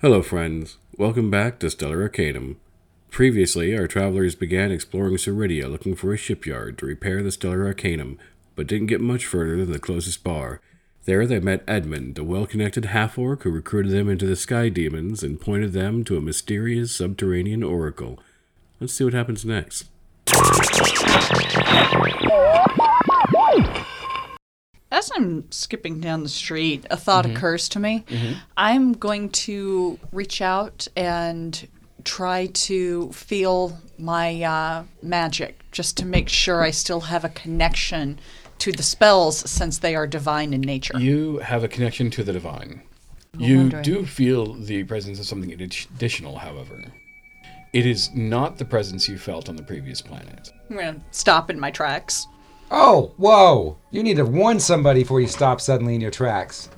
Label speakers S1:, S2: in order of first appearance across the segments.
S1: Hello, friends. Welcome back to Stellar Arcanum. Previously, our travelers began exploring Ceridia looking for a shipyard to repair the Stellar Arcanum, but didn't get much further than the closest bar. There, they met Edmund, a well connected half orc who recruited them into the Sky Demons and pointed them to a mysterious subterranean oracle. Let's see what happens next.
S2: As I'm skipping down the street, a thought
S3: Mm-hmm.
S2: occurs to me. I'm going to reach out and try to feel my uh, magic just to make sure I still have a connection to the spells since they are divine in nature.
S4: You have a connection to the divine. you
S2: wondering.
S4: do feel the presence of something addi- additional, however. It is not the presence you felt on the previous planet.
S2: I'm going to stop in my tracks.
S3: Oh, whoa! You need to warn somebody before you stop suddenly in your tracks.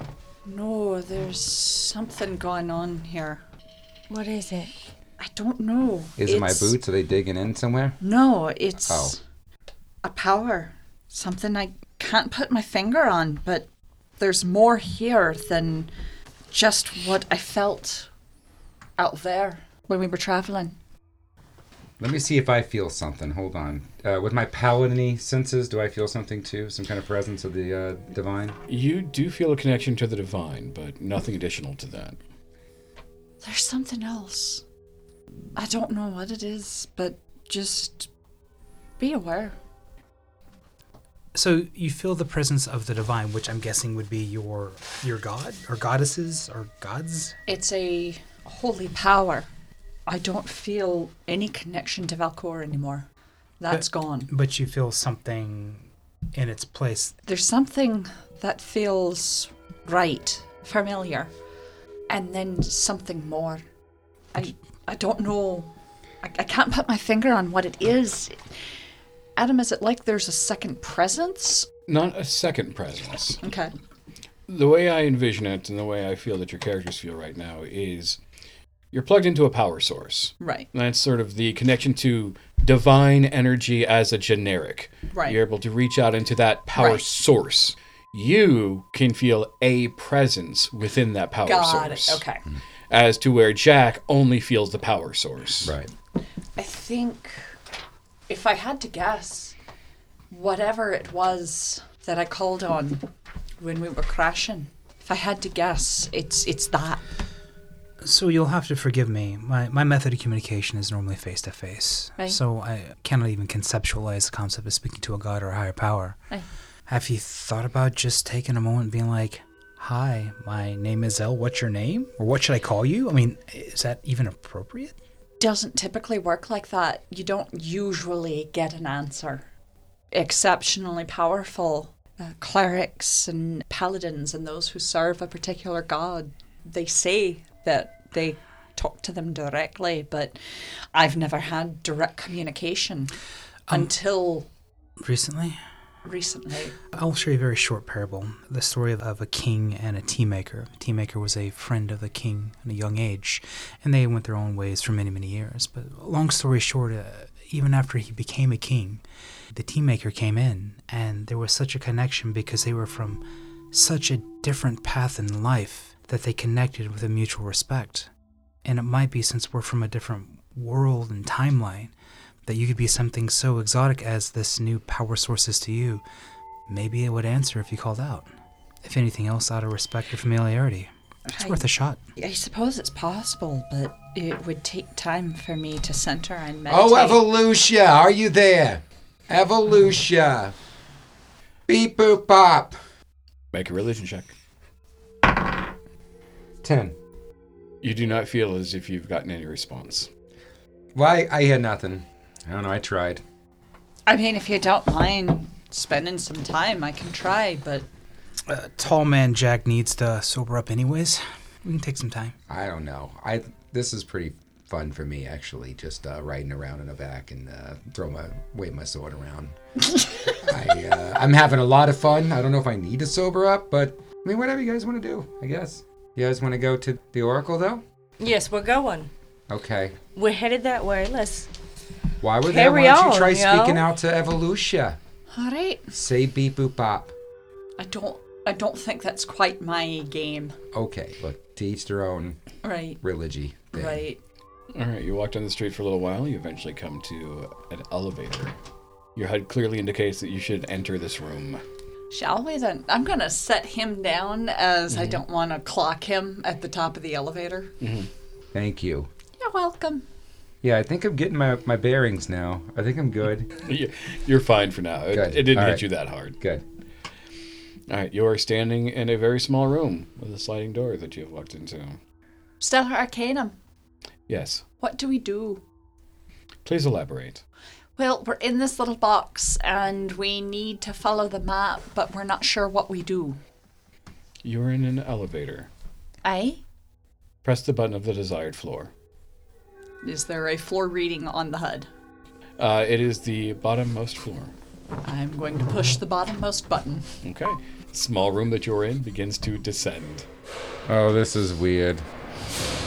S2: No, there's something going on here.
S5: What is it?
S2: I don't know.
S3: Is it my
S2: It's-
S3: boots? Are they digging in somewhere?
S2: No, it's
S3: Oh.
S2: a power. Something I can't put my finger on, but there's more here than just what I felt out there when we were traveling.
S3: Let me see if I feel something. Hold on. Uh, with my paladiny senses, do I feel something too? Some kind of presence of the uh, divine?
S4: You do feel a connection to the divine, but nothing additional to that.
S2: There's something else. I don't know what it is, but just be aware.
S6: So you feel the presence of the divine, which I'm guessing would be your your god or goddesses or gods.
S2: It's a holy power. I don't feel any connection to Valcor anymore. That's gone.
S6: But you feel something in its place.
S2: There's something that feels right, familiar, and then something more. I I don't know. I, I can't put my finger on what it is. Adam, is it like there's a second presence?
S4: Not a second presence.
S2: Okay.
S4: The way I envision it and the way I feel that your characters feel right now is you're plugged into a power source.
S2: Right.
S4: That's sort of the connection to divine energy as a generic.
S2: Right.
S4: You're able to reach out into that power
S2: Right.
S4: source. You can feel a presence within that power
S2: Got
S4: source. Mm-hmm.
S2: it. Okay.
S4: As to where Jack only feels the power source.
S3: Right.
S2: I think if I had to guess, whatever it was that I called on when we were crashing, if I had to guess, it's it's that.
S6: So you'll have to forgive me. My my method of communication is normally face to face.
S2: Right.
S6: So I cannot even conceptualize the concept of speaking to a god or a higher power.
S2: Right.
S6: Have you thought about just taking a moment and being like, "Hi, my name is El. What's your name? Or what should I call you?" I mean, is that even appropriate?
S2: doesn't typically work like that. You don't usually get an answer. Exceptionally powerful uh, clerics and paladins and those who serve a particular god, they say that they talk to them directly, but I've never had direct communication until
S6: Recently,
S2: recently.
S6: I'll share you a very short parable. The story of, of a king and a tea maker. The tea maker was a friend of the king at a young age, and they went their own ways for many, many years. But long story short, uh, even after he became a king, the tea maker came in, and there was such a connection because they were from such a different path in life that they connected with a mutual respect. And it might be since we're from a different world and timeline that you could be something so exotic as this new power source is to you. Maybe it would answer if you called out. If anything else, out of respect or familiarity. It's
S2: I-
S6: worth a shot.
S2: I suppose it's possible, but it would take time for me to center and meditate.
S3: Oh, Evolutia, are you there? Evolutia. Beep boop bop.
S4: Make a religion check.
S3: 10.
S4: You do not feel as if you've gotten any response.
S3: Why? I had nothing. I don't know, I tried.
S2: I mean, if you don't mind spending some time, I can try, but
S6: Uh, tall man Jack needs to sober up, anyways. We can take some time.
S3: I don't know. I this is pretty fun for me actually, just uh, riding around in a back and uh, throw my wave my sword around. I, uh, I'm having a lot of fun. I don't know if I need to sober up, but I mean, whatever you guys want to do, I guess. You guys want to go to the Oracle though?
S5: Yes, we're going.
S3: Okay.
S5: We're headed that way. Let's.
S3: Why would that?
S5: Carry
S3: Why don't you
S5: on,
S3: try
S5: yo.
S3: speaking out to Evolutia?
S2: all right.
S3: Say beep boop bop.
S2: I don't I don't think that's quite my game.
S3: Okay, look, to each their own
S2: Right.
S3: religy thing.
S2: Right.
S4: All right, you walk down the street for a little while. You eventually come to an elevator. Your HUD clearly indicates that you should enter this room.
S2: Shall we then? I'm going to set him down as I don't want to clock him at the top of the elevator.
S3: Mm-hmm. Thank you.
S2: You're welcome.
S3: Yeah, I think I'm getting my, my bearings now. I think I'm good.
S4: You- You're fine for now. It,
S3: Good.
S4: it didn't
S3: All
S4: hit
S3: right.
S4: you that hard.
S3: Good.
S4: All right, you are standing in a very small room with a sliding door that you have walked into.
S2: Stellar Arcanum,
S4: Yes,
S2: what do we do?
S4: please elaborate.
S2: Well, we're in this little box and we need to follow the map, but we're not sure what we do.
S4: You're in an elevator.
S2: Eh?
S4: Press the button of the desired floor.
S2: Is there a floor reading on the HUD?
S4: Uh, it is the bottommost floor.
S2: I'm going to push the bottommost button.
S4: Okay. Small room that you're in begins to descend.
S3: Oh, this is weird.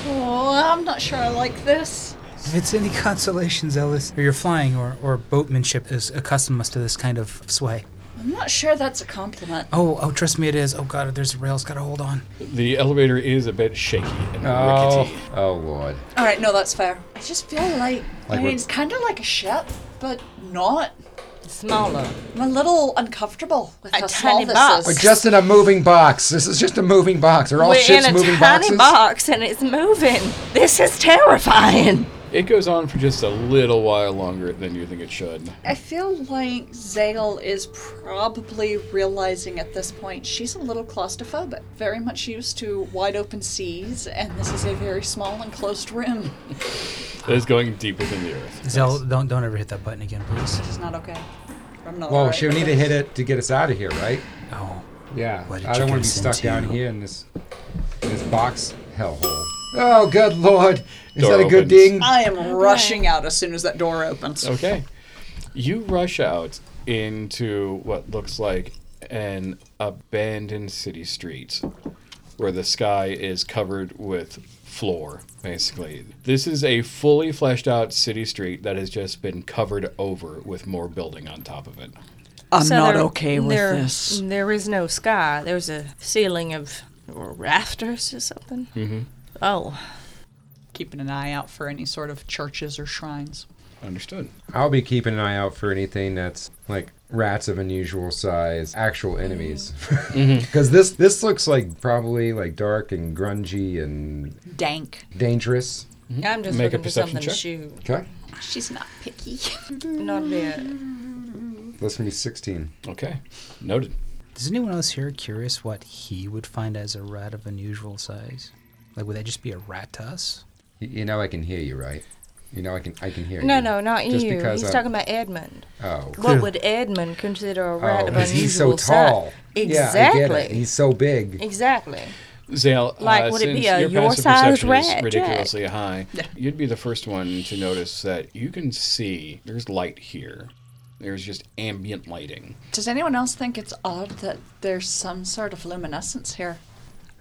S2: Oh, I'm not sure I like this.
S6: If it's any consolation, Zealous, or your flying or, or boatmanship is accustomed us to this kind of sway.
S2: I'm not sure that's a compliment.
S6: Oh, oh, trust me, it is. Oh God, there's a rails. Gotta hold on.
S4: The elevator is a bit shaky and
S3: Oh,
S4: rickety.
S3: oh Lord.
S2: All right, no, that's fair. I just feel like, I
S3: Like
S2: mean,
S3: we're-
S2: it's kind of like a ship, but not.
S5: Smaller.
S2: I'm a little uncomfortable with
S5: A
S2: how small
S5: tiny
S2: this
S5: box.
S3: We're
S2: is.
S3: just in a moving box. This is just a moving box. Are all
S5: We're
S3: ships
S5: in a
S3: moving
S5: tiny
S3: boxes?
S5: box and it's moving. This is terrifying.
S4: It goes on for just a little while longer than you think it should.
S2: I feel like Zale is probably realizing at this point she's a little claustrophobic, very much used to wide open seas, and this is a very small enclosed room.
S4: It is going deep within the earth.
S6: Zell, don't don't ever hit that button again, please.
S2: This is not okay. I'm not
S3: Whoa,
S2: alright
S3: she'll
S2: with
S3: need to
S2: this.
S3: hit it to get us out of here, right?
S6: Oh,
S3: Yeah.
S6: What did
S3: I
S6: you
S3: don't
S6: get
S3: want to be
S6: us
S3: stuck
S6: into?
S3: down here in this in this box hellhole. Oh, good Lord. Is
S4: Door
S3: that a good
S4: opens.
S3: ding?
S2: I am rushing out as soon as that door opens.
S4: Okay. You rush out into what looks like an abandoned city street where the sky is covered with floor, basically. This is a fully fleshed out city street that has just been covered over with more building on top of it.
S2: I'm
S5: So
S2: not
S5: there-
S2: okay with
S5: there-
S2: this.
S5: There is no sky. There's a ceiling of or rafters or something. Mm-hmm. Oh,
S2: Keeping an eye out for any sort of churches or shrines.
S4: Understood.
S3: I'll be keeping an eye out for anything that's like rats of unusual size, actual enemies. Because
S5: Mm-hmm.
S3: this this looks like probably like dark and grungy and
S2: Dank.
S3: dangerous.
S5: I'm just
S4: Make a
S5: looking for
S4: perception
S5: something to
S4: check.
S5: shoot.
S3: Okay,
S2: She's not picky.
S5: Not a bit.
S3: that's gonna be sixteen.
S4: Okay. Noted.
S6: is anyone else here curious what he would find as a rat of unusual size? Like, would that just be a rat to us?
S3: Y- You know I can hear you, right? You know I can I can hear
S5: No,
S3: you.
S5: no, not
S3: Just
S5: you.
S3: because
S5: He's
S3: I'm-
S5: talking about Edmund.
S3: Oh.
S6: Clearly.
S5: What would Edmund consider a rat
S3: Oh,
S5: of
S3: 'cause
S5: unusual
S3: he's so
S5: size?
S3: tall.
S5: Exactly.
S3: Yeah, I get it. He's so big.
S5: Exactly.
S4: Zale,
S5: Like,
S4: uh,
S5: would it be
S4: since
S5: a
S4: your,
S5: your
S4: passive
S5: size
S4: perception is
S5: rat,
S4: ridiculously high, you'd be the first one to notice that you can see there's light here. There's just ambient lighting.
S2: Does anyone else think it's odd that there's some sort of luminescence here?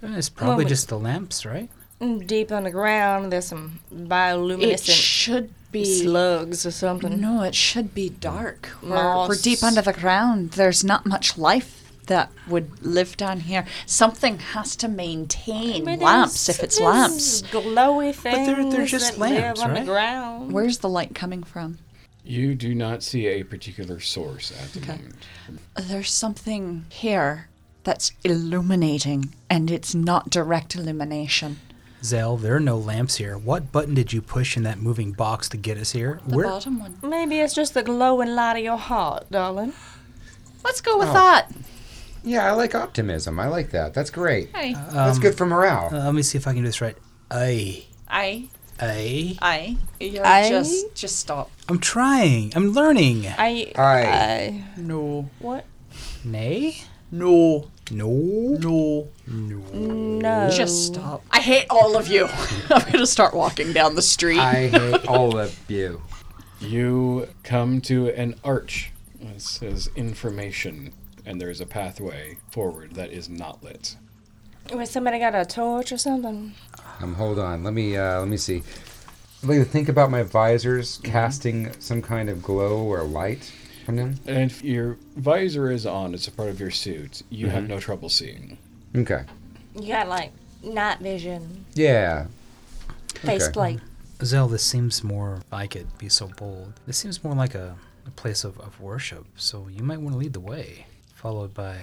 S6: Eh, It's probably
S5: we-
S6: just the lamps, right?
S5: Mm, Deep underground, there's some
S2: It
S5: bioluminescent
S2: should be.
S5: slugs or something.
S2: No, it should be dark. We're,
S5: Moss.
S2: we're deep under the ground. There's not much life that would live down here. Something has to maintain
S5: But
S2: lamps
S5: there's
S2: if it's
S5: this
S2: lamps.
S5: Glowy things.
S6: they're- they're just
S5: that
S6: lamps,
S5: live
S6: right?
S5: underground.
S2: Where's the light coming from?
S4: You do not see a particular source at the
S2: Okay.
S4: moment.
S2: There's something here that's illuminating, and it's not direct illumination.
S6: Zell, there are no lamps here. What button did you push in that moving box to get us here?
S2: The
S6: Where?
S2: bottom one.
S5: Maybe it's just the glowing light of your heart, darling.
S2: Let's go with that.
S3: Yeah, I like optimism. I like that. That's great.
S2: Hey.
S3: that's good for morale.
S6: Uh, let me see if I can do this right. Aye.
S2: I,
S6: Aye.
S2: I, you're
S5: I-
S2: just, just stop.
S6: I'm trying. I'm learning.
S5: I.
S3: Aye.
S5: I-
S2: No,
S5: what?
S6: Nay?
S2: no,
S6: No.
S2: no.
S5: No.
S2: Just stop. I hate all of you. I'm gonna start walking down the street.
S3: I hate all of you.
S4: You come to an arch that says information, and there's a pathway forward that is not lit.
S5: Wait, somebody got a torch or something?
S3: Um, hold on. Let me uh, let me see. I'd like to think about my visors
S5: Mm-hmm.
S3: casting some kind of glow or light from them.
S4: And if your visor is on, it's a part of your suit, you have no trouble seeing.
S3: Okay.
S5: You got like night vision,
S3: Yeah.
S5: face
S3: Okay.
S5: plate.
S6: Zell, this seems more, if I could be so bold, this seems more like a, a place of, of worship, so you might want to lead the way, followed by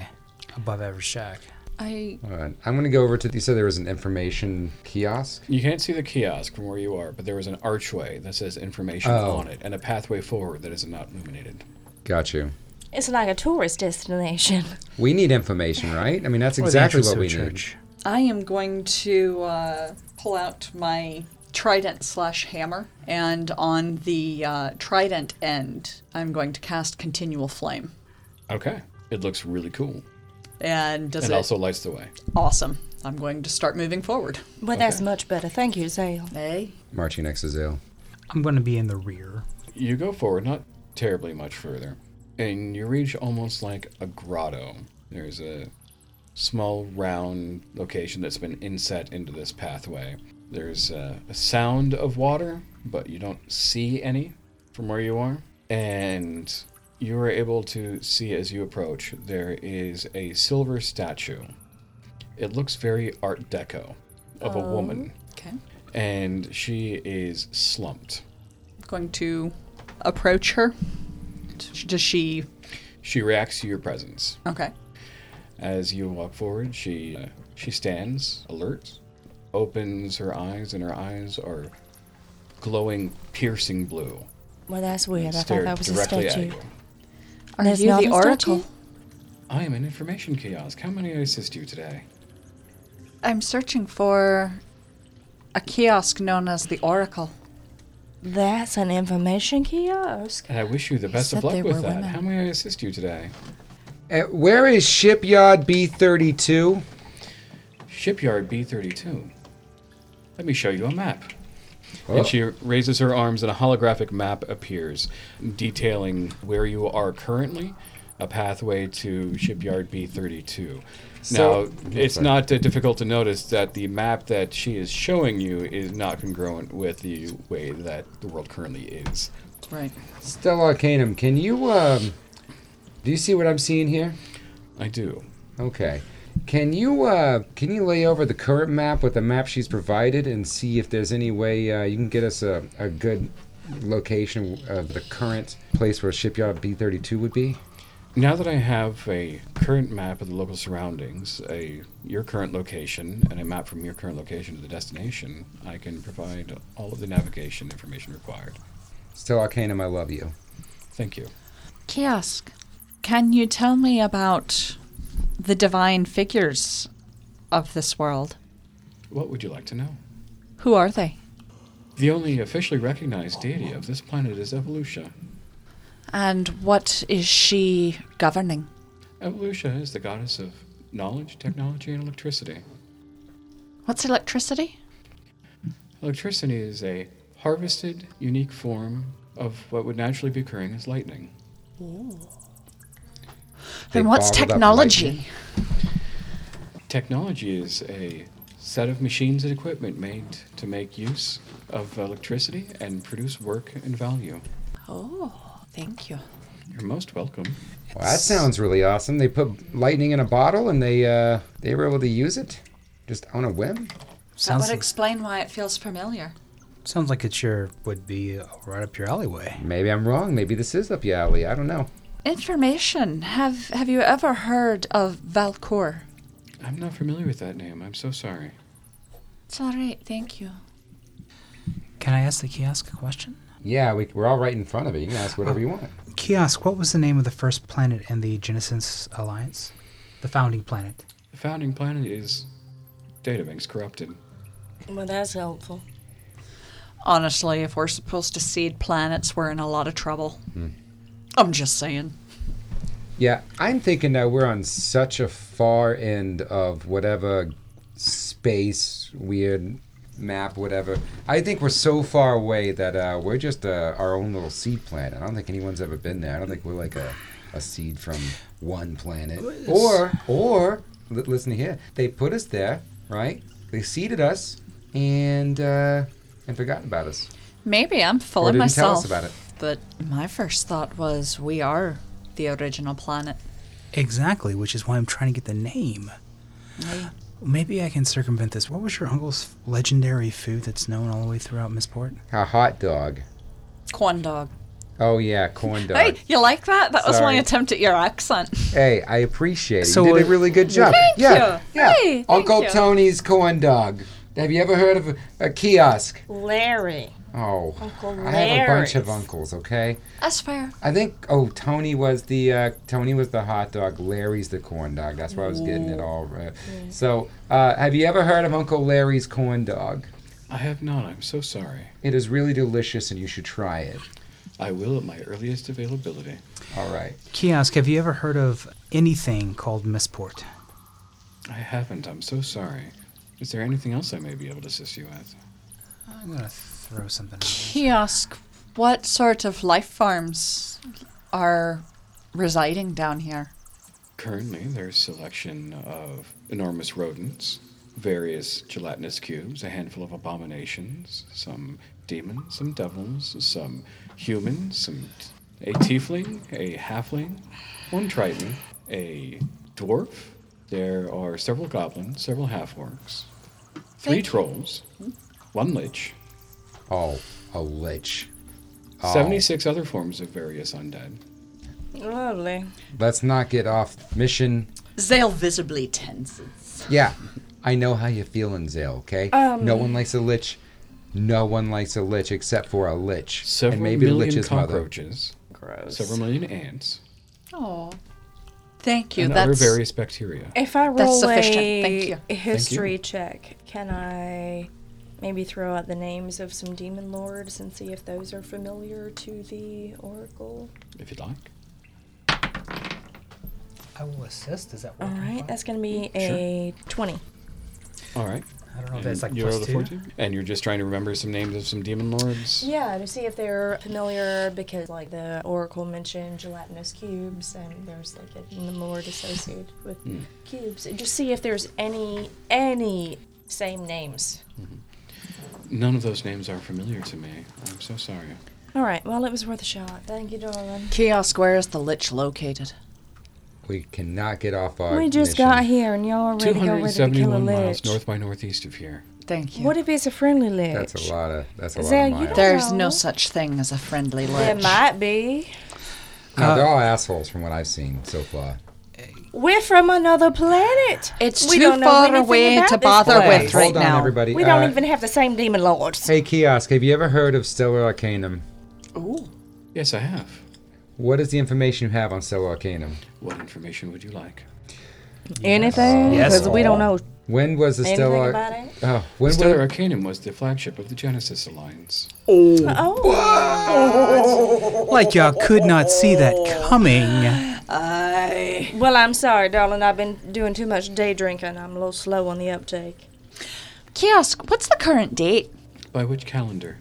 S6: above average Jack.
S2: I
S3: All right. I'm going to go over to. You said there was an information kiosk.
S4: You can't see the kiosk from where you are, but there is an archway that says information
S3: Oh.
S4: on it and a pathway forward that is not illuminated.
S3: Got you.
S5: It's like a tourist destination.
S3: We need information, right? I mean, that's
S6: Or the
S3: exactly
S6: entrance
S3: what
S6: to a
S3: we
S6: church.
S2: I am going to uh, pull out my trident slash hammer, and on the uh, trident end, I'm going to cast continual flame.
S4: Okay. It looks really cool.
S2: And does
S4: and
S2: it
S4: also lights the way.
S2: awesome? I'm going to start moving forward.
S5: But that's much better. Thank you, Zale.
S2: Hey,
S3: need. Marching next to Zale.
S6: I'm going to be in the rear.
S4: You go forward, not terribly much further, and you reach almost like a grotto. There's a small round location that's been inset into this pathway. There's a, a sound of water, but you don't see any from where you are. And you are able to see as you approach, there is a silver statue. It looks very Art Deco of a woman,
S2: okay. I'm
S4: and she is slumped.
S2: going to approach her. Does she?
S4: She reacts to your presence.
S2: Okay.
S4: As you walk forward, she uh, she stands alert, opens her eyes, and her eyes are glowing, piercing blue.
S5: Well, that's weird. I thought
S4: Stare
S5: that was a
S4: directly at
S5: statue.
S4: you.
S2: Are
S5: That's
S2: you
S5: not
S2: the
S5: a
S2: oracle?
S5: statue.
S4: I am an information kiosk. How may I assist you today?
S2: I'm searching for a kiosk known as the Oracle.
S5: That's an information kiosk.
S4: And I wish you the best of
S5: said they
S4: luck with
S5: were
S4: that.
S5: women.
S4: How may I assist you today?
S3: Uh, where is Shipyard B32?
S4: Shipyard B32. Let me show you a map.
S3: Oh.
S4: And she raises her arms, and a holographic map appears, detailing where you are currently, a pathway to Shipyard B32.
S3: So-
S4: now, it's
S3: sorry.
S4: not uh, difficult to notice that the map that she is showing you is not congruent with the way that the world currently is.
S2: Right.
S3: Stella Arcanum, can you um do you see what I'm seeing here?
S4: I do.
S3: Okay. Can you uh can you lay over the current map with the map she's provided and see if there's any way uh, you can get us a, a good location of the current place where shipyard B32 would be?
S4: Now that I have a current map of the local surroundings, a your current location, and a map from your current location to the destination, I can provide all of the navigation information required.
S3: Stella Arcanum, I love you.
S4: Thank you.
S2: Kiosk, can you tell me about the divine figures of this world?
S4: What would you like to know?
S2: Who are they?
S4: The only officially recognized deity of this planet is Evolution.
S2: And what is she governing?
S4: Evolution is the goddess of knowledge, technology, and electricity.
S2: What's electricity?
S4: Electricity is a harvested, unique form of what would naturally be occurring as lightning.
S3: They
S2: and what's
S3: bottled up
S2: technology?
S4: Technology is a set of machines and equipment made to make use of electricity and produce work and value.
S2: Oh, thank you.
S4: You're most welcome.
S3: Well, that sounds really awesome. They put lightning in a bottle and they uh they were able to use it just on a whim.
S6: Sounds, like,
S2: explain why it feels familiar.
S6: sounds like it sure would be uh, right up your alleyway.
S3: Maybe I'm wrong. Maybe this is up your alley. I don't know.
S2: Information. Have Have you ever heard of Valcor?
S4: I'm not familiar with that name. I'm so sorry.
S2: It's all right. Thank you.
S6: Can I ask the kiosk a question?
S3: Yeah, we, we're all right in front of it. You can ask whatever you want.
S6: Kiosk, what was the name of the first planet in the Genesis Alliance? The founding planet.
S4: The founding planet is Databank's corrupted.
S5: Well, that's helpful.
S2: Honestly, if we're supposed to seed planets, we're in a lot of trouble.
S3: Hmm.
S2: I'm just saying.
S3: Yeah, I'm thinking that we're on such a far end of whatever space, weird map, whatever. I think we're so far away that uh, we're just uh, our own little seed planet. I don't think anyone's ever been there. I don't think we're like a, a seed from one planet. Or, or, li- listen to here, they put us there, right? They seeded us and uh, and forgot about us.
S2: Maybe I'm full
S3: Or
S2: of
S3: didn't tell
S2: myself.
S3: us about it.
S2: But my first thought was we are the original planet.
S6: Exactly, which is why I'm trying to get the name. Maybe I can circumvent this. What was your uncle's legendary food that's known all the way throughout Missport?
S3: A hot dog.
S2: Corn dog.
S3: Oh yeah, corn dog.
S2: Hey, you like that? That was
S3: Sorry.
S2: my attempt at your accent.
S3: Hey, I appreciate it.
S6: So
S3: you did a
S6: it-
S3: really good job.
S2: Thank
S3: yeah,
S2: you.
S3: yeah.
S2: Hey, thank
S3: Uncle
S2: you.
S3: Tony's corn dog. Have you ever heard of a, a kiosk?
S5: Larry.
S3: Oh,
S5: Uncle
S3: I have a bunch of
S5: Larry's.
S3: uncles. Okay,
S2: That's fair.
S3: I think. Oh, Tony was the uh, Tony was the hot dog. Larry's the corn dog. That's where I was getting it all. Right. So, uh, have you ever heard of Uncle Larry's corn dog?
S4: I have not. I'm so sorry.
S3: It is really delicious, and you should try it.
S4: I will at my earliest availability.
S3: All right.
S6: Kiosk, have you ever heard of anything called Missport?
S4: I haven't. I'm so sorry. Is there anything else I may be able to assist you with?
S6: I'm gonna throw something. Out.
S2: Kiosk, what sort of life forms are residing down here?
S4: Currently, there's selection of enormous rodents, various gelatinous cubes, a handful of abominations, some demons, some devils, some humans, some a tiefling, a halfling, one triton, a dwarf. There are several goblins, several half orcs, three
S2: Thank you.
S4: trolls, one lich,
S3: Oh, a lich. Oh,
S4: 76 other forms of various undead.
S5: Lovely.
S3: Let's not get off mission.
S2: Zale visibly tenses.
S3: Yeah, I know how you're feeling, Zale, okay?
S5: Um,
S3: no one likes a lich. No one likes a lich except for a lich.
S4: Several million cockroaches,
S5: Gross.
S4: several million ants,
S2: Oh. Thank you.
S4: and
S2: that's
S4: other various bacteria.
S5: If I roll
S2: sufficient.
S5: a
S2: Thank you.
S5: history check, can I maybe throw out the names of some demon lords and see if those are familiar to the oracle?
S4: if you'd like.
S6: I will assist. Does that
S5: All
S6: work?
S5: right, that's going to be a 20.
S4: All right.
S6: I don't know if that's like
S4: you're
S6: plus
S4: the
S6: two.
S4: 14? And you're just trying to remember some names of some demon lords.
S5: Yeah, to see if they're familiar because, like, the oracle mentioned gelatinous cubes, and there's like a demon lord associated with
S3: Hmm.
S5: cubes. And just see if there's any any same names.
S4: None of those names are familiar to me. I'm so sorry.
S5: All right, well, it was worth a shot. Thank you, darling.
S2: Kiosk, where is the lich located?
S3: We cannot get off our
S5: We just
S3: mission.
S5: got here, and y'all ready to go ready to kill a
S4: 271 miles
S5: lich.
S4: north by northeast of here.
S2: Thank you.
S5: What if it's a friendly lich?
S3: That's a lot of that's a lot
S5: Zale, you
S3: of miles.
S5: don't-
S2: There's
S5: No.
S2: no such thing as a friendly
S5: There
S2: lich.
S5: might be.
S3: No,
S4: Uh,
S3: they're all assholes from what I've seen so far.
S5: We're from another planet.
S2: It's
S5: We
S2: too
S5: don't know
S2: far
S5: anything
S2: away
S5: about
S2: to
S5: this
S2: bother
S5: place.
S2: with right
S3: Hold on,
S2: now.
S3: everybody.
S5: We don't
S3: Uh,
S5: even have the same demon lords.
S3: Hey, kiosk, have you ever heard of Stellar Arcanum?
S2: Ooh.
S4: Yes, I have.
S3: What is the information you have on Stellar Arcanum?
S4: What information would you like?
S5: Anything?
S6: Yes.
S5: Because we don't know
S3: When was the
S5: Anything
S3: Stellar?
S5: about it?
S3: Oh, when was
S4: Stellar Arcanum was the flagship of the Genesis Alliance.
S6: Like y'all could not see that coming.
S5: Well, I'm sorry, darling. I've been doing too much day drinking. I'm a little slow on the uptake.
S2: Kiosk, what's the current date?
S4: By which calendar?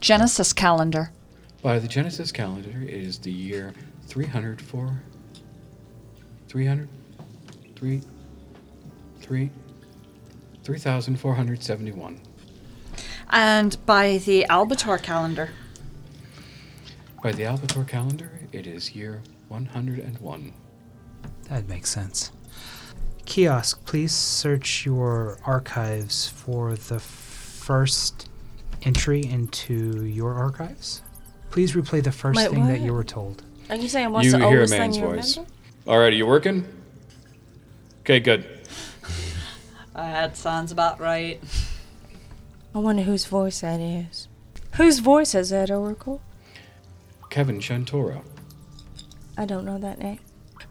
S2: Genesis calendar.
S4: By the Genesis calendar, it is the year 304. 300? 3? 3? 3471.
S2: And by the Albator calendar.
S4: By the Albator calendar, it is year 101.
S6: That makes sense. Kiosk, please search your archives for the first entry into your archives. Please replay the first
S5: Wait,
S6: thing that
S5: what?
S6: you were told.
S5: Are you saying what's
S4: you
S5: the
S4: hear a
S5: oldest
S4: man's
S5: thing you
S4: voice.
S5: remember?
S4: All right, are you working? Okay, good.
S2: That sounds about right.
S5: I wonder whose voice that is. Whose voice is that, Oracle?
S4: Kevin Shantoro.
S5: I don't know that name.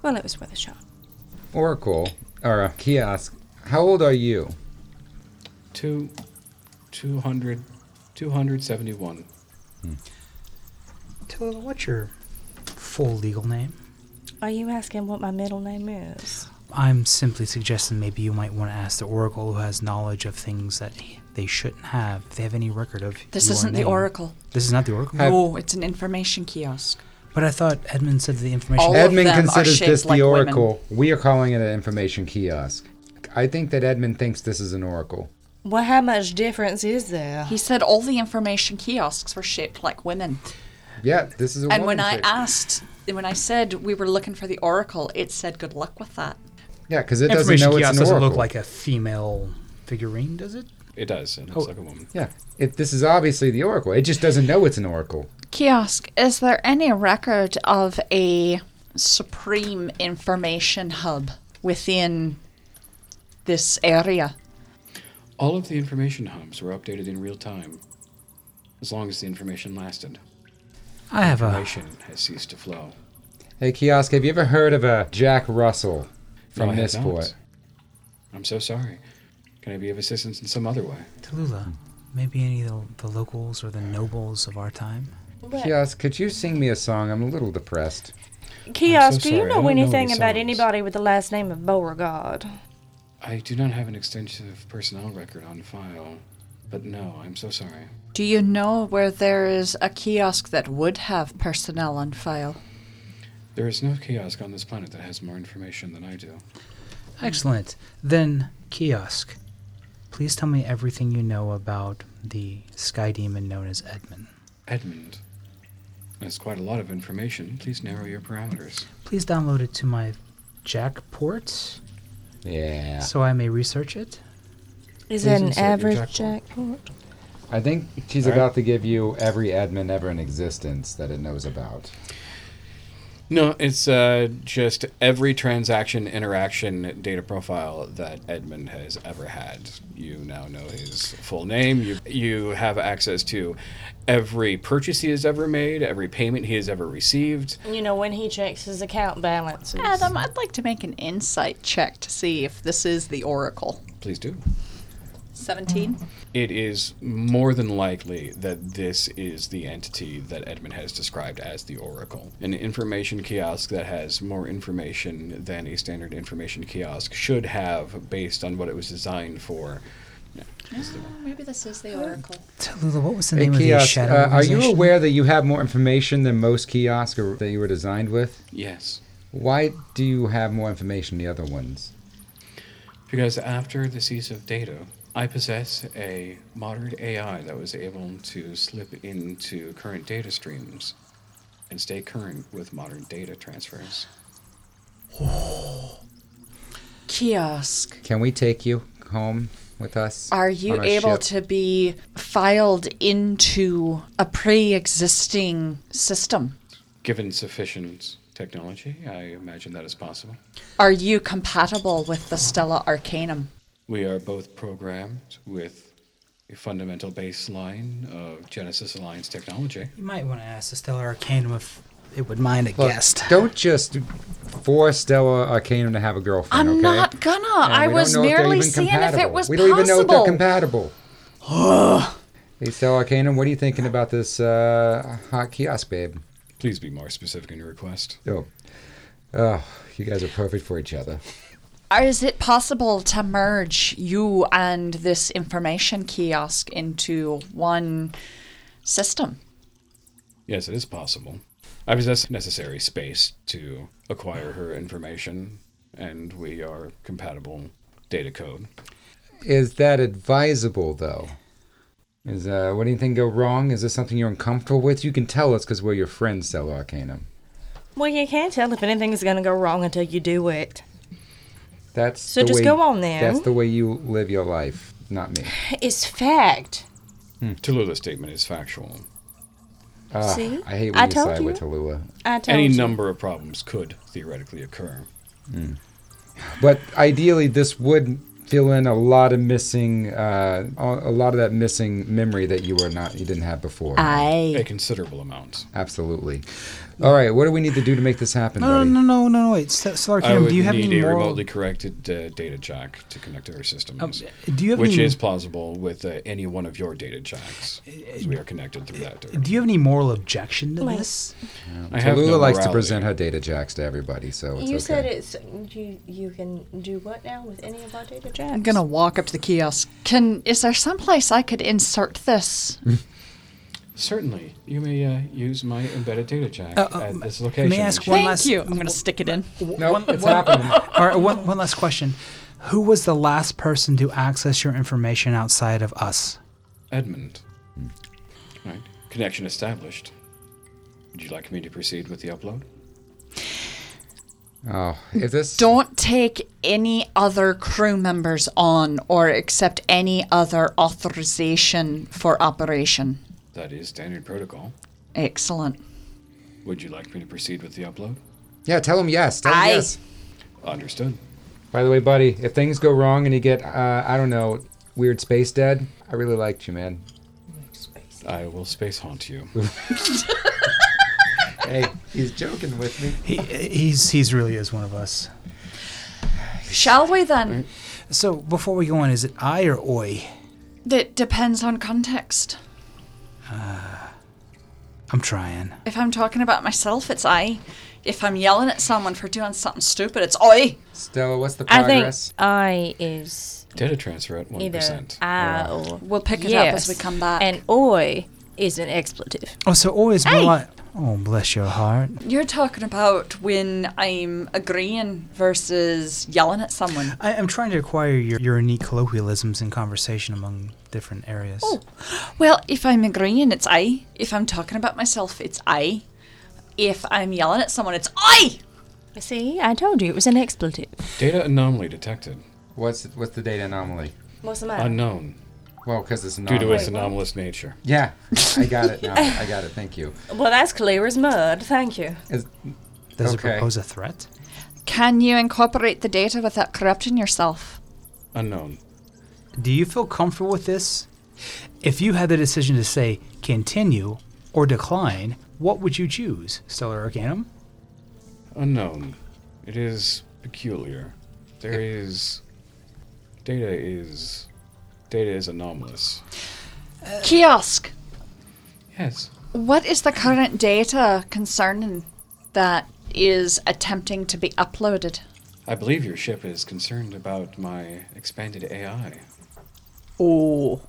S5: Well, it was worth a shot.
S3: Oracle or uh, kiosk? How old are you?
S4: Two, 200, 271.
S6: Talila, what's your full legal name?
S5: Are you asking what my middle name is?
S6: I'm simply suggesting maybe you might want to ask the Oracle who has knowledge of things that he- they shouldn't have. If they have any record of
S2: This
S6: your
S2: isn't the
S6: name.
S2: Oracle.
S6: This is not the Oracle.
S3: Have-
S2: No, it's an information kiosk.
S6: But I thought Edmund said the information.
S2: All- of
S3: Edmund
S2: them are
S3: considers
S2: shaped
S3: this the
S2: like women.
S3: oracle. We are calling it an information kiosk. I think that Edmund thinks this is an oracle.
S5: Well, how much difference is there?
S2: He said all the information kiosks were shaped like women.
S3: Yeah, this is a
S2: And
S3: woman
S2: when I
S3: thing.
S2: asked, when I said we were looking for the Oracle, it said good luck with that.
S3: Yeah, because it doesn't
S6: Information
S3: know it's
S6: kiosk
S3: an
S6: doesn't
S3: oracle.
S6: look like a female figurine, does it?
S4: It does, and it's
S3: Oh.
S4: like a woman.
S3: yeah, it, this is obviously the oracle. It just doesn't know it's an oracle.
S2: Kiosk, is there any record of a supreme information hub within this area?
S4: All of the information hubs were updated in real time, as long as the information lasted.
S6: I have
S3: Ah.
S6: a.
S4: Information has ceased to flow.
S3: Hey, Kiosk, have you ever heard of a Jack Russell
S4: No,
S3: from
S4: I have
S3: this
S4: not.
S3: port?
S4: I'm so sorry. Can I be of assistance in some other way?
S6: Tallulah. Maybe any of the, the locals or the nobles of our time.
S5: But
S3: Kiosk, could you sing me a song? I'm a little depressed.
S5: Kiosk, do you
S4: sorry, I don't
S5: know
S4: know any
S5: anything about
S4: songs.
S5: anybody with the last name of Beauregard?
S4: I do not have an extensive personnel record on file, but no, I'm so sorry.
S2: Do you know where there is a kiosk that would have personnel on file?
S4: There is no kiosk on this planet that has more information than I do.
S6: Excellent. Then, Kiosk, please tell me everything you know about the sky demon known as Edmund.
S4: Edmund. That's quite a lot of information. Please narrow your parameters.
S6: Please download it to my Jackport
S3: Yeah.
S6: so I may research it.
S5: Is
S4: Please
S5: it an
S4: insert your
S5: average
S4: jackpot.
S5: jackpot?
S3: I think she's
S4: All right.
S3: about to give you every admin ever in existence that it knows about.
S4: No, it's uh, just every transaction interaction data profile that Edmund has ever had. You now know his full name. You you have access to every purchase he has ever made, every payment he has ever received.
S5: You know, when he checks his account balances.
S2: Adam, I'd like to make an insight check to see if this is the Oracle.
S4: Please do.
S2: 17?
S4: It is more than likely that this is the entity that Edmund has described as the Oracle. An information kiosk that has more information than a standard information kiosk should have based on what it was designed for.
S2: Maybe this is the Oracle.
S6: Tallulah, what was the
S3: Hey,
S6: name of the
S3: Kiosk,
S6: shadow
S3: uh, are you
S6: organization?
S3: aware that you have more information than most kiosks or that you were designed with?
S4: Yes.
S3: Why do you have more information than the other ones?
S4: Because after the cease of data, I possess a modern AI that was able to slip into current data streams and stay current with modern data transfers.
S2: Kiosk.
S3: Can we take you home with us?
S2: Are you
S3: on our
S2: able
S3: ship?
S2: to be filed into a pre existing system?
S4: Given sufficient technology, I imagine that is possible.
S2: Are you compatible with the Stella Arcanum?
S4: We are both programmed with a fundamental baseline of Genesis Alliance technology.
S6: You might want to ask the Stellar Arcanum if it would mind a
S3: Look,
S6: guest.
S3: Don't just force Stella Arcanum to have a girlfriend,
S2: I'm
S3: okay?
S2: not gonna.
S3: And
S2: I
S3: we don't
S2: was
S3: know if they're
S2: merely
S3: even
S2: seeing if it
S3: compatible.
S2: was
S3: We don't
S2: possible.
S3: even know if they're compatible. hey, Stella Arcanum, what are you thinking about this uh, hot kiosk, babe?
S4: Please be more specific in your request.
S3: Oh. oh, you guys are perfect for each other.
S2: Or Is it possible to merge you and this information kiosk into one system?
S4: Yes, it is possible. I possess necessary space to acquire her information, and we are compatible data code.
S3: Is that advisable, though? Is uh, would anything go wrong? Is this something you're uncomfortable with? You can tell us because we're your friends, Stella Arcanum.
S5: Well, you can't tell if anything's going to go wrong until you do it.
S3: That's
S5: So
S3: the
S5: just
S3: way-
S5: go on then.
S3: That's the way you live your life, not me.
S5: It's fact.
S4: Hmm. Tallulah's statement is factual.
S3: Ah,
S5: See?
S3: I hate when
S5: I
S3: you
S5: told
S3: side
S5: you.
S3: with Tallulah.
S5: I told
S4: Any
S5: you.
S4: number of problems could theoretically occur.
S3: But ideally, this would fill in a lot of missing, uh, a a lot of that missing memory that you were not, you didn't have before.
S4: A
S2: I.
S4: considerable amount.
S3: Absolutely. All right, what do we need to do to make this happen,
S4: Oh,
S6: No, no,
S3: buddy?
S6: no, no, no, no, wait. St- Stellar
S4: I
S6: Arcanum,
S4: would
S6: do you have
S4: need
S6: any
S4: a
S6: moral...
S4: remotely corrected uh, data jack to connect to her systems,
S6: do you have
S4: which
S6: any...
S4: is plausible with uh, any one of your data jacks,
S6: Uh,
S4: as we are connected through that.
S6: Do you have any moral objection to
S5: Wait.
S6: this?
S4: I have
S3: Tallulah
S4: no
S3: Mm-hmm. likes to
S4: morality.
S3: present her data jacks to everybody, so it's
S5: You
S3: okay.
S5: said it's you. You can do what now with any of our data jacks?
S2: I'm gonna walk up to the kiosk. Can is there someplace I could insert this?
S4: Certainly, you may uh, use my embedded data jack
S6: Uh, uh,
S4: at this
S6: may I
S4: location.
S6: ask
S4: Jack.
S6: One
S2: Thank
S6: last-
S2: you. I'm gonna stick it in.
S3: No, it's happening.
S6: All right, one, one last question. Who was the last person to access your information outside of us?
S4: Edmund.
S3: Mm.
S4: Right. Connection established. Would you like me to proceed with the upload?
S3: Oh, if this
S2: Don't take any other crew members on or accept any other authorization for operation.
S4: That is standard protocol.
S2: Excellent.
S4: Would you like me to proceed with the upload?
S3: yeah, tell him yes. Tell him
S2: I-
S3: yes.
S4: Understood.
S3: By the way, buddy, if things go wrong and you get, uh, I don't know, weird space dead, I really liked you, man.
S4: I will space haunt you.
S3: Hey, he's joking with me.
S6: He, he's he's really is one of us.
S2: Shall we then?
S6: So before we go on, is it I or Oi?
S2: It depends on context.
S6: I'm trying.
S2: If I'm talking about myself, it's I. If I'm yelling at someone for doing something stupid, it's I.
S3: Stella, what's the
S5: I think
S3: progress?
S5: I is
S4: Data transfer at one
S5: either
S4: percent.
S5: I or
S2: We'll pick it up as
S5: Yes.
S2: we come back.
S5: and oi is an expletive.
S6: Oh, so Oi is more
S5: Hey!
S6: like. Oh, bless your heart.
S2: You're talking about when I'm agreeing versus yelling at someone.
S6: I, I'm trying to acquire your, your unique colloquialisms in conversation among different areas.
S2: Well, if I'm agreeing, it's I. If I'm talking about myself, it's I. If I'm yelling at someone, it's I.
S5: See, I told you it was an expletive.
S4: Data anomaly detected.
S3: What's what's the data anomaly?
S5: What's the matter?
S4: Unknown
S3: Well, because it's
S4: due
S3: anomaly.
S4: to its anomalous nature.
S3: Yeah, I got it now. I got it. Thank you.
S5: well, that's clear as mud. Thank you.
S3: Is-
S6: Does
S3: Okay.
S6: it propose a threat?
S2: Can you incorporate the data without corrupting yourself?
S4: Unknown.
S6: Do you feel comfortable with this? If you had the decision to say continue or decline, what would you choose? Stellar Arcanum?
S4: Unknown. It is peculiar. There is. Data is. Data is anomalous.
S2: Kiosk,
S4: Yes.
S2: what is the current data concerning that is attempting to be uploaded?
S4: I believe your ship is concerned about my expanded AI.
S2: Oh.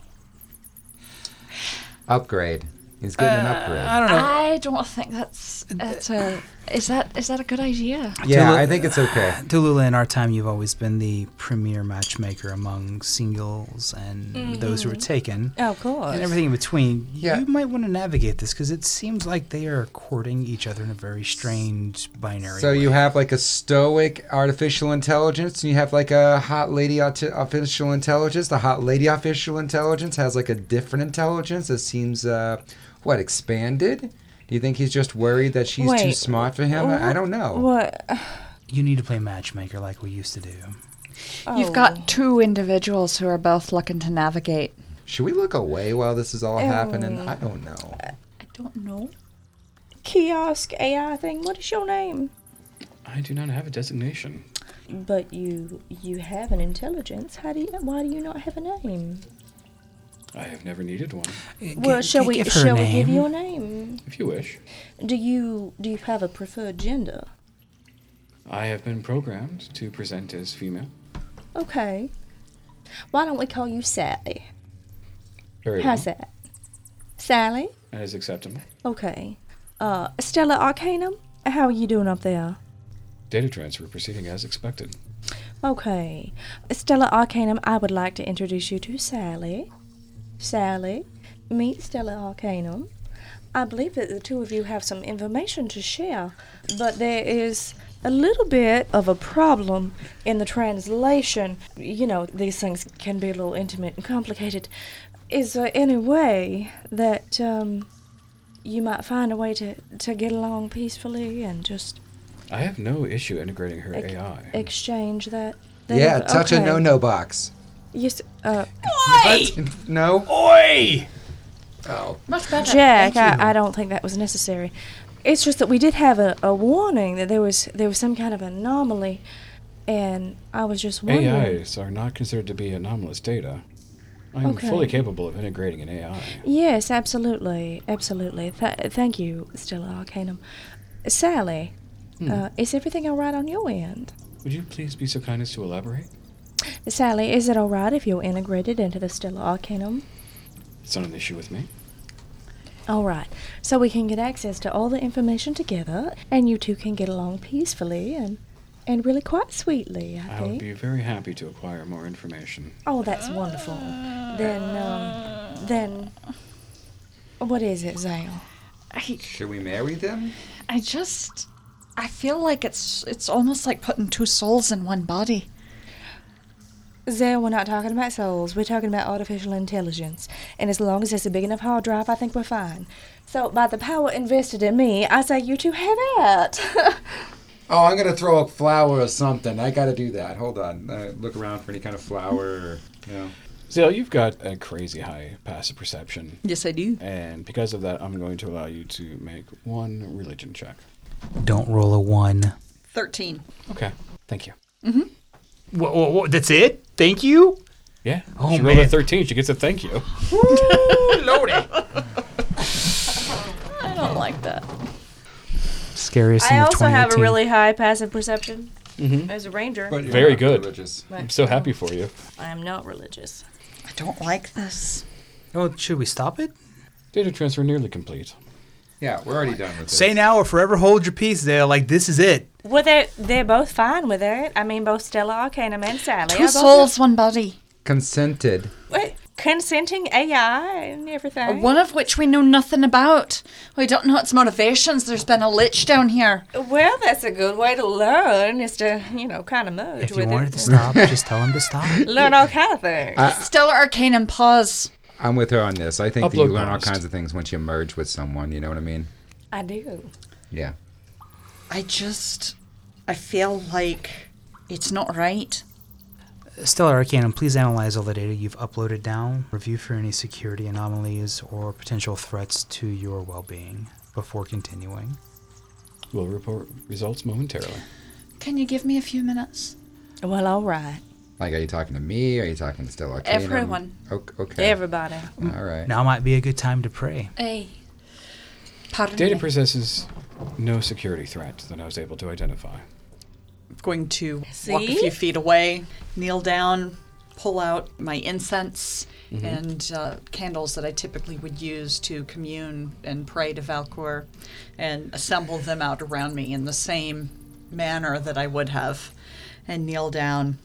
S3: upgrade. He's getting an upgrade.
S6: I don't know.
S2: I don't think that's, that's a. Is that is that a good idea?
S3: yeah,
S6: Tula-
S3: I think it's okay.
S6: Tulula, in our time, you've always been the premier matchmaker among singles and those who are taken.
S5: Oh, Of course.
S6: And everything in between,
S3: Yeah.
S6: you might want to navigate this because it seems like they are courting each other in a very strange binary.
S3: So
S6: way.
S3: you have like a stoic artificial intelligence, and you have like a hot lady arti- artificial intelligence. The hot lady artificial intelligence has like a different intelligence that seems, uh, what, expanded? Do you think he's just worried that she's too
S5: Wait,
S3: smart for him? I I don't know.
S5: What?
S6: you need to play matchmaker like we used to do.
S2: You've
S5: Oh.
S2: got two individuals who are both looking to navigate.
S3: Should we look away while this is all happening? I don't know.
S2: I don't know.
S5: kiosk AI thing. What is your name?
S4: I do not have a designation.
S5: But you you have an intelligence. How do you? Why do you not have a name?
S4: I have never needed one.
S6: Uh,
S5: Well, shall we?
S6: give her a
S5: Shall we give
S6: name.
S5: you a name?
S4: If you wish.
S5: Do you do you have a preferred gender?
S4: I have been programmed to present as female.
S5: Okay. Why don't we call you Sally?
S4: Very
S5: How's
S4: well.
S5: that? Sally.
S4: That is acceptable.
S5: Okay. Uh, Stella Arcanum. How are you doing up there?
S4: Data transfer proceeding as expected.
S5: Okay. Stella Arcanum, I would like to introduce you to Sally. Sally, meet Stella Arcanum. I believe that the two of you have some information to share, but there is a little bit of a problem in the translation. You know, these things can be a little intimate and complicated. Is there any way that um, you might find a way to, to get along peacefully and just
S4: I have no issue integrating her
S5: Ex-
S4: AI.
S5: exchange that? that
S3: Yeah,
S5: inf-
S3: touch a
S5: okay.
S3: no no box.
S5: Yes, uh,
S3: No? Oh,
S6: Oi!
S2: Much better.
S5: Jack, I, I don't think that was necessary. It's just that we did have a, a warning that there was there was some kind of anomaly, and I was just wondering.
S4: AIs are not considered to be anomalous data. I'm
S5: Okay.
S4: fully capable of integrating an AI.
S5: Yes, absolutely, absolutely. Th- thank you, Stella Arcanum. Sally,
S4: Hmm.
S5: uh, is everything all right on your end?
S4: Would you please be so kind as to elaborate?
S5: Sally, is it all right if you're integrated into the Stella Arcanum?
S4: It's not an issue with me.
S5: All right, so we can get access to all the information together, and you two can get along peacefully and and really quite sweetly. I,
S4: I
S5: think.
S4: would be very happy to acquire more information.
S5: Oh, that's wonderful. Then, um, then, oh, what is it, Zale?
S2: I,
S3: Should we marry them?
S2: I just I feel like it's it's almost like putting two souls in one body.
S5: Zay, we're not talking about souls. We're talking about artificial intelligence. And as long as it's a big enough hard drive, I think we're fine. So, by the power invested in me, I say you two have it.
S3: Oh, I'm gonna throw a flower or something. I gotta do that. Hold on. Uh, look around for any kind of flower. Or, you know.
S4: Zale, you've got a crazy high passive perception.
S2: Yes, I do.
S4: And because of that, I'm going to allow you to make one religion check.
S6: Don't roll a one.
S2: Thirteen.
S4: Okay. Thank you.
S6: Whoa, whoa, whoa, that's it? Thank you?
S4: Yeah.
S6: Oh,
S4: she rolled a
S6: man.
S4: 13. She gets a thank you.
S2: I don't like that.
S6: Scariest thing
S5: I
S6: of
S5: also have a
S6: 2018.
S5: really high passive perception as a ranger.
S3: But you're
S4: Very
S3: not
S4: good.
S3: Religious.
S4: I'm so happy for you.
S5: I am not religious.
S2: I don't like this.
S6: Oh, should we stop it?
S4: Data transfer nearly complete.
S3: Yeah, we're already done with this.
S6: Say now or forever hold your peace, Dale. Like, this is it.
S5: Well, they they're both fine with it. I mean, both Stella Arcanum and Sally. are
S2: Two
S5: both-
S2: souls, one body.
S3: Consented.
S5: Wait, consenting AI and everything.
S2: One of which we know nothing about. We don't know its motivations. There's been a lich down here.
S5: Well, that's a good way to learn is to you know kind of merge
S6: If you
S5: with
S6: wanted
S5: it.
S6: to stop, just tell him to stop.
S5: learn all kind of things.
S2: Stellar Arcanum, pause.
S3: I'm with her on this. I think that you
S4: Upload
S3: learn all
S4: honest.
S3: kinds of things once you merge with someone. You know what I mean?
S5: I do.
S3: Yeah.
S2: I just. I feel like it's not right.
S6: Stellar Arcanum, please analyze all the data you've uploaded now. Review for any security anomalies or potential threats to your well being before continuing.
S4: We'll report results momentarily.
S2: Can you give me a few minutes?
S5: Well, all right,
S3: Like, are you talking to me? Are you talking to Stella? Arcanum?
S2: Everyone.
S3: Ok- Okay.
S5: everybody.
S3: All right.
S6: Now might be a good time to pray.
S2: Hey. Pardon
S4: Data
S2: me.
S4: possesses no security threat that I was able to identify.
S2: going to walk a
S5: See?
S2: few feet away, kneel down, pull out my incense and uh, candles that I typically would use to commune and pray to Valcor, and assemble them out around me in the same manner that I would have, and kneel down.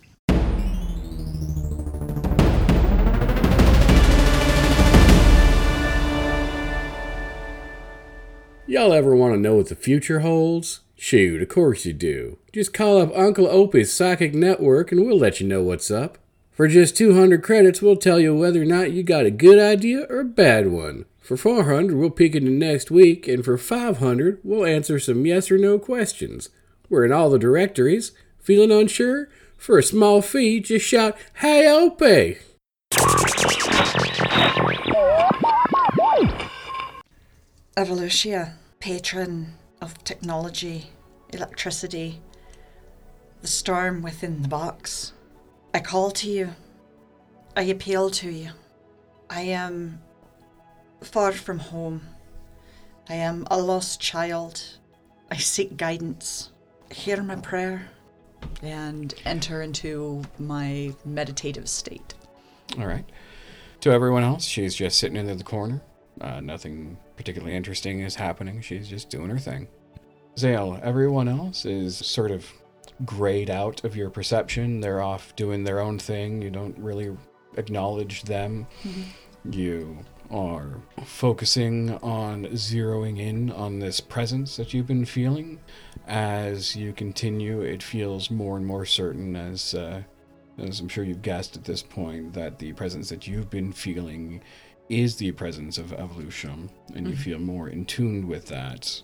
S1: Y'all ever want to know what the future holds? Shoot, of course you do. Just call up Uncle Opie's Psychic Network and we'll let you know what's up. For just 200 credits, we'll tell you whether or not you got a good idea or a bad one. For 400, we'll peek into next week, and for 500, we'll answer some yes or no questions. We're in all the directories. Feeling unsure? For a small fee, just shout, Hey Opie!
S2: Evolutia, patron of technology, electricity, the storm within the box. I call to you. I appeal to you. I am far from home. I am a lost child. I seek guidance. Hear my prayer and enter into my meditative state.
S4: All right. To everyone else, she's just sitting in the corner. Uh, nothing particularly interesting is happening. She's just doing her thing. Zale, everyone else is sort of grayed out of your perception. They're off doing their own thing. You don't really acknowledge them. You are focusing on zeroing in on this presence that you've been feeling. As you continue, it feels more and more certain as uh, as I'm sure you've guessed at this point, that the presence that you've been feeling is the presence of evolution, and you feel more in tune with that.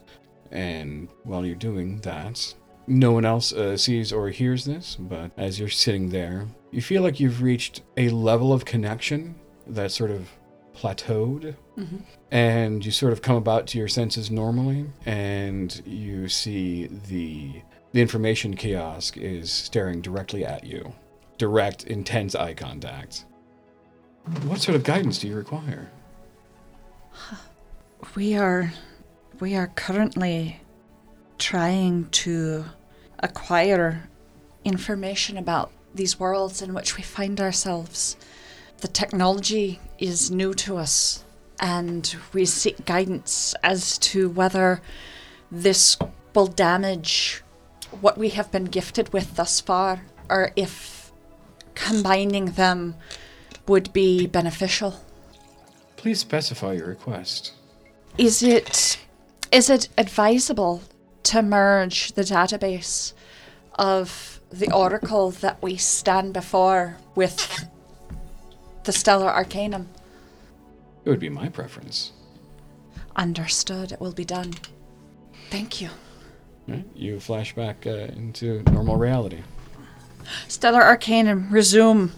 S4: And while you're doing that, no one else uh, sees or hears this, but as you're sitting there, you feel like you've reached a level of connection that sort of plateaued
S2: Mm-hmm.
S4: and you sort of come about to your senses normally and you see the the information kiosk is staring directly at you direct intense eye contact what sort of guidance do you require
S2: We are we are currently trying to acquire information about these worlds in which we find ourselves. The technology is new to us and we seek guidance as to whether this will damage what we have been gifted with thus far or if combining them would be beneficial.
S4: please specify your request
S2: Is it is it advisable to merge the database of the oracle that we stand before with the stellar arcanum.
S4: It would be my preference.
S2: Understood. It will be done. Thank you.
S4: Right? You flash back uh, into normal reality.
S2: Stellar arcanum, resume.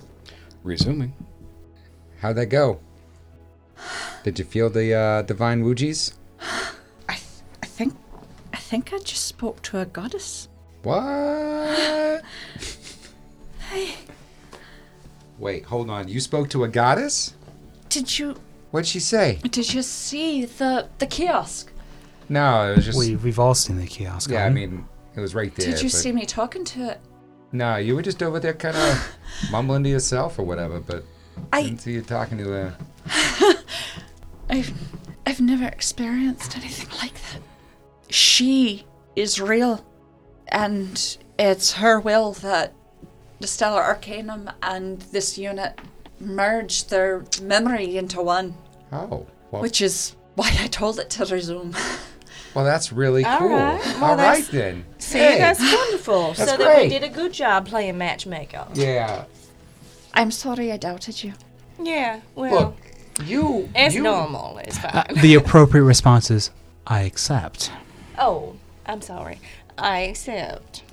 S4: Resuming.
S3: How'd that go? Did you feel the uh, divine woojies?
S2: I, th- I think, I think I just spoke to a goddess.
S3: What? Wait, hold on. You spoke to a goddess?
S2: Did you,
S3: What'd she say?
S2: did you see the the kiosk?
S3: No, it was just.
S6: We, we've all seen the kiosk.
S3: yeah, I
S6: haven't we?
S3: mean, it was right there.
S2: Did you
S3: but-
S2: see me talking to it?
S3: No, you were just over there kind of mumbling to yourself or whatever, but I
S2: I,
S3: didn't see you talking to the.
S2: I've, I've never experienced anything like that. She is real, and it's her will that the Stellar Arcanum and this unit merge their memory into one,
S3: Oh. Well,
S2: which is why I told it to resume.
S3: well that's really
S5: All
S3: cool.
S5: right. Well,
S3: All right,
S5: that's-
S3: then.
S5: See,
S3: Hey.
S5: that's wonderful. so
S3: That's
S5: that
S3: great.
S5: we did a good job playing matchmaker.
S3: Yeah.
S2: I'm sorry I doubted you.
S5: Yeah, well,
S3: Look, you.
S5: it's
S3: you,
S5: normal. It's fine.
S6: the appropriate response is, I accept.
S5: oh, I'm sorry. I accept.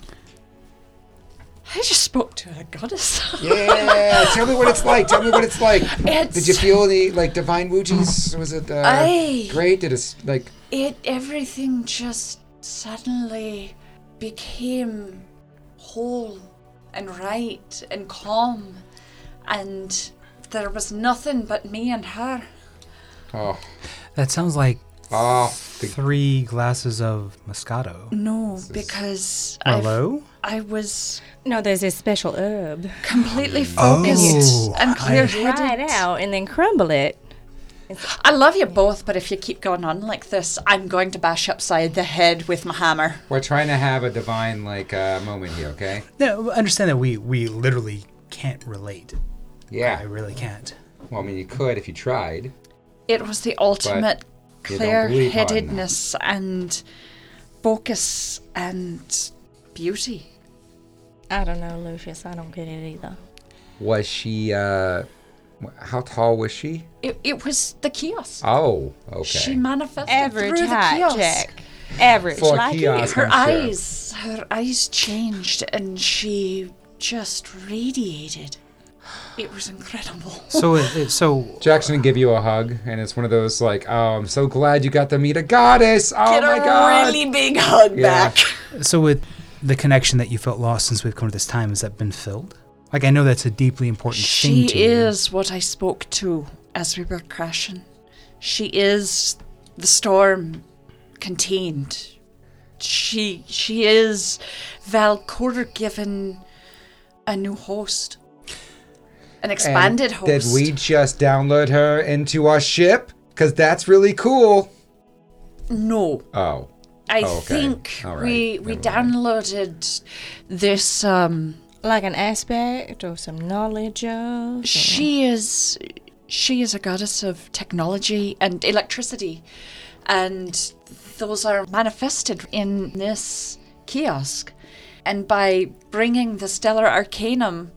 S2: I just spoke to a goddess.
S3: Yeah, tell me what it's like. Tell me what it's like.
S2: It's-
S3: Did you feel the like divine woojies? Was it uh,
S2: I-
S3: great? Did it s- like
S2: it everything just suddenly became whole and right and calm and there was nothing but me and her
S3: oh
S6: That sounds like
S3: oh the,
S6: three glasses of Moscato.
S2: no because I
S6: Hello?
S2: I was
S5: No, there's a special herb.
S2: completely focused
S6: Oh,
S2: and
S6: I-
S5: Try it
S2: clear-headed
S5: out and then crumble it.
S2: I love you both but if you keep going on like this I'm going to bash you upside the head with my hammer
S3: we're trying to have a divine like uh, moment here, okay?
S6: No, understand that we, we literally can't relate. I
S3: Yeah.
S6: really can't.
S3: Well, I mean, you could if you tried.
S2: It was the ultimate
S3: you don't
S2: clear
S3: believe on that.
S2: headedness and focus and beauty.
S5: I don't know, Lucius. I don't get it either.
S3: Was she? uh wh- How tall was she?
S2: It, it was the kiosk.
S3: Oh, okay.
S2: She manifested
S5: Average
S2: through the
S5: height
S2: kiosk.
S5: check. Average,
S3: For a
S5: like
S3: kiosk.
S5: you.
S2: Her
S3: I'm sure.
S2: eyes, her eyes changed, and she just radiated. It was incredible.
S6: So, it, it- so
S3: Jackson would give you a hug, and it's one of those like, oh, I'm so glad you got to meet a goddess. Oh
S2: Get
S3: my
S2: a
S3: god.
S2: really big hug
S3: Yeah.
S2: back.
S6: So, with the connection that you felt lost since we've come to this time, has that been filled? Like, I know that's a deeply important
S2: She
S6: thing to you.
S2: is what I spoke to as we were crashing. She is the storm contained. She she is Valcor given a new host. An
S3: And
S2: expanded host.
S3: Did we just download her into our ship? Because that's really cool.
S2: No.
S3: Oh.
S2: I
S3: Oh, okay.
S2: think
S3: All right.
S2: we we
S3: Never mind.
S2: downloaded this um
S5: Like an aspect or some knowledge of. or-
S2: she is she is a goddess of technology and electricity and those are manifested in this kiosk and by bringing the stellar arcanum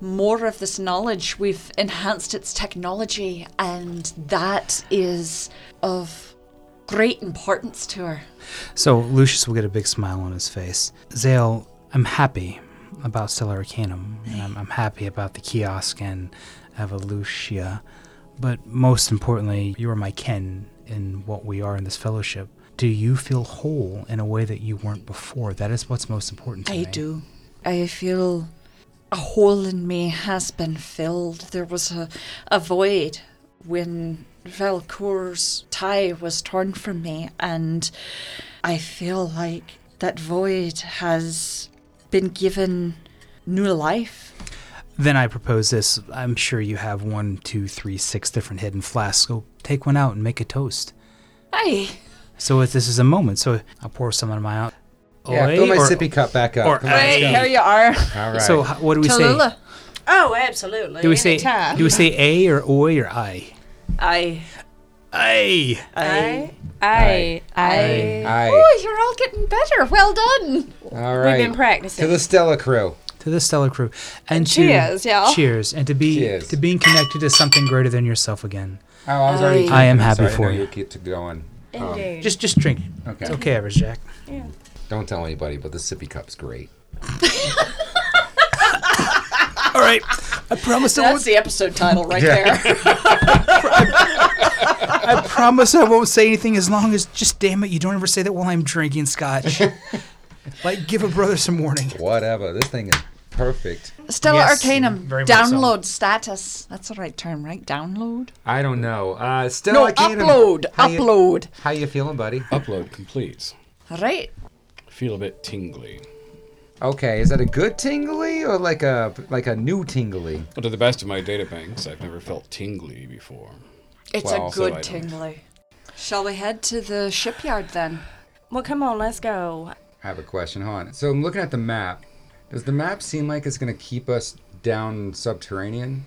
S2: more of this knowledge we've enhanced its technology and that is of great importance to her
S6: So, Lucius will get a big smile on his face. Zale, I'm happy about Stellar Arcanum, and I'm, I'm happy about the kiosk and Evolutia. But most importantly, you are my kin in what we are in this fellowship. Do you feel whole in a way that you weren't before? That is what's most important to
S2: I
S6: me.
S2: do. I feel a hole in me has been filled. There was a, a void when Valcour's tie was torn from me, and I feel like that void has been given new life.
S6: Then I propose this. I'm sure you have one, two, three, six different hidden flasks. Go take one out and make a toast.
S2: Aye.
S6: So if this is a moment, so I'll pour some of mine out.
S3: Yeah,
S6: Oi,
S3: fill my
S6: or-
S3: sippy cup back up.
S6: or-
S3: Come on, let's
S6: Hey,
S3: go.
S2: here you are.
S3: All right.
S6: So h- what do we say?
S2: Tallulah.
S5: Oh, absolutely.
S6: Do we say
S5: Anytime.
S6: do we say a or oi or i?
S2: Aye.
S6: Hey!
S5: I, I, I.
S3: Aye.
S2: Oh, you're all getting better. Well done.
S3: All right.
S5: been practicing.
S3: To the Stella crew.
S6: To the Stellar crew. And to,
S2: Cheers, y'all.
S6: Cheers. And to be
S3: Cheers.
S6: to being connected to something greater than yourself again.
S3: Oh, I was already.
S6: I am
S3: talking,
S6: happy
S3: sorry,
S6: for
S3: no,
S6: you.
S3: You get to going. Um,
S5: Indeed.
S6: Just just drink. it.
S3: Okay.
S6: It's okay, Average Jack.
S3: Don't tell anybody, but the sippy cup's great.
S6: All right. I promise I
S2: That's
S6: won't
S2: the episode title right there.
S6: I promise I won't say anything as long as just damn it, you don't ever say that while I'm drinking scotch. like give a brother some warning.
S3: Whatever. This thing is perfect.
S2: Stella
S6: Yes,
S2: Arcanum.
S6: very much so.
S2: Download status. That's the right term, right? Download?
S3: I don't know. Uh, Stella,
S2: No,
S3: I can't-
S2: upload.
S3: How you-
S2: upload.
S3: how you feeling, buddy?
S4: Upload complete.
S2: Right?
S4: Feel a bit tingly.
S3: Okay, is that a good tingly or like a like a new tingly?
S4: Well, to the best of my data banks, I've never felt tingly before.
S2: It's
S3: Well,
S2: a
S4: so I
S2: good
S4: don't-
S2: tingly. Shall we head to the shipyard then?
S5: well, come on, let's go.
S3: I have a question. Hold on. So I'm looking at the map. Does the map seem like it's going to keep us down subterranean?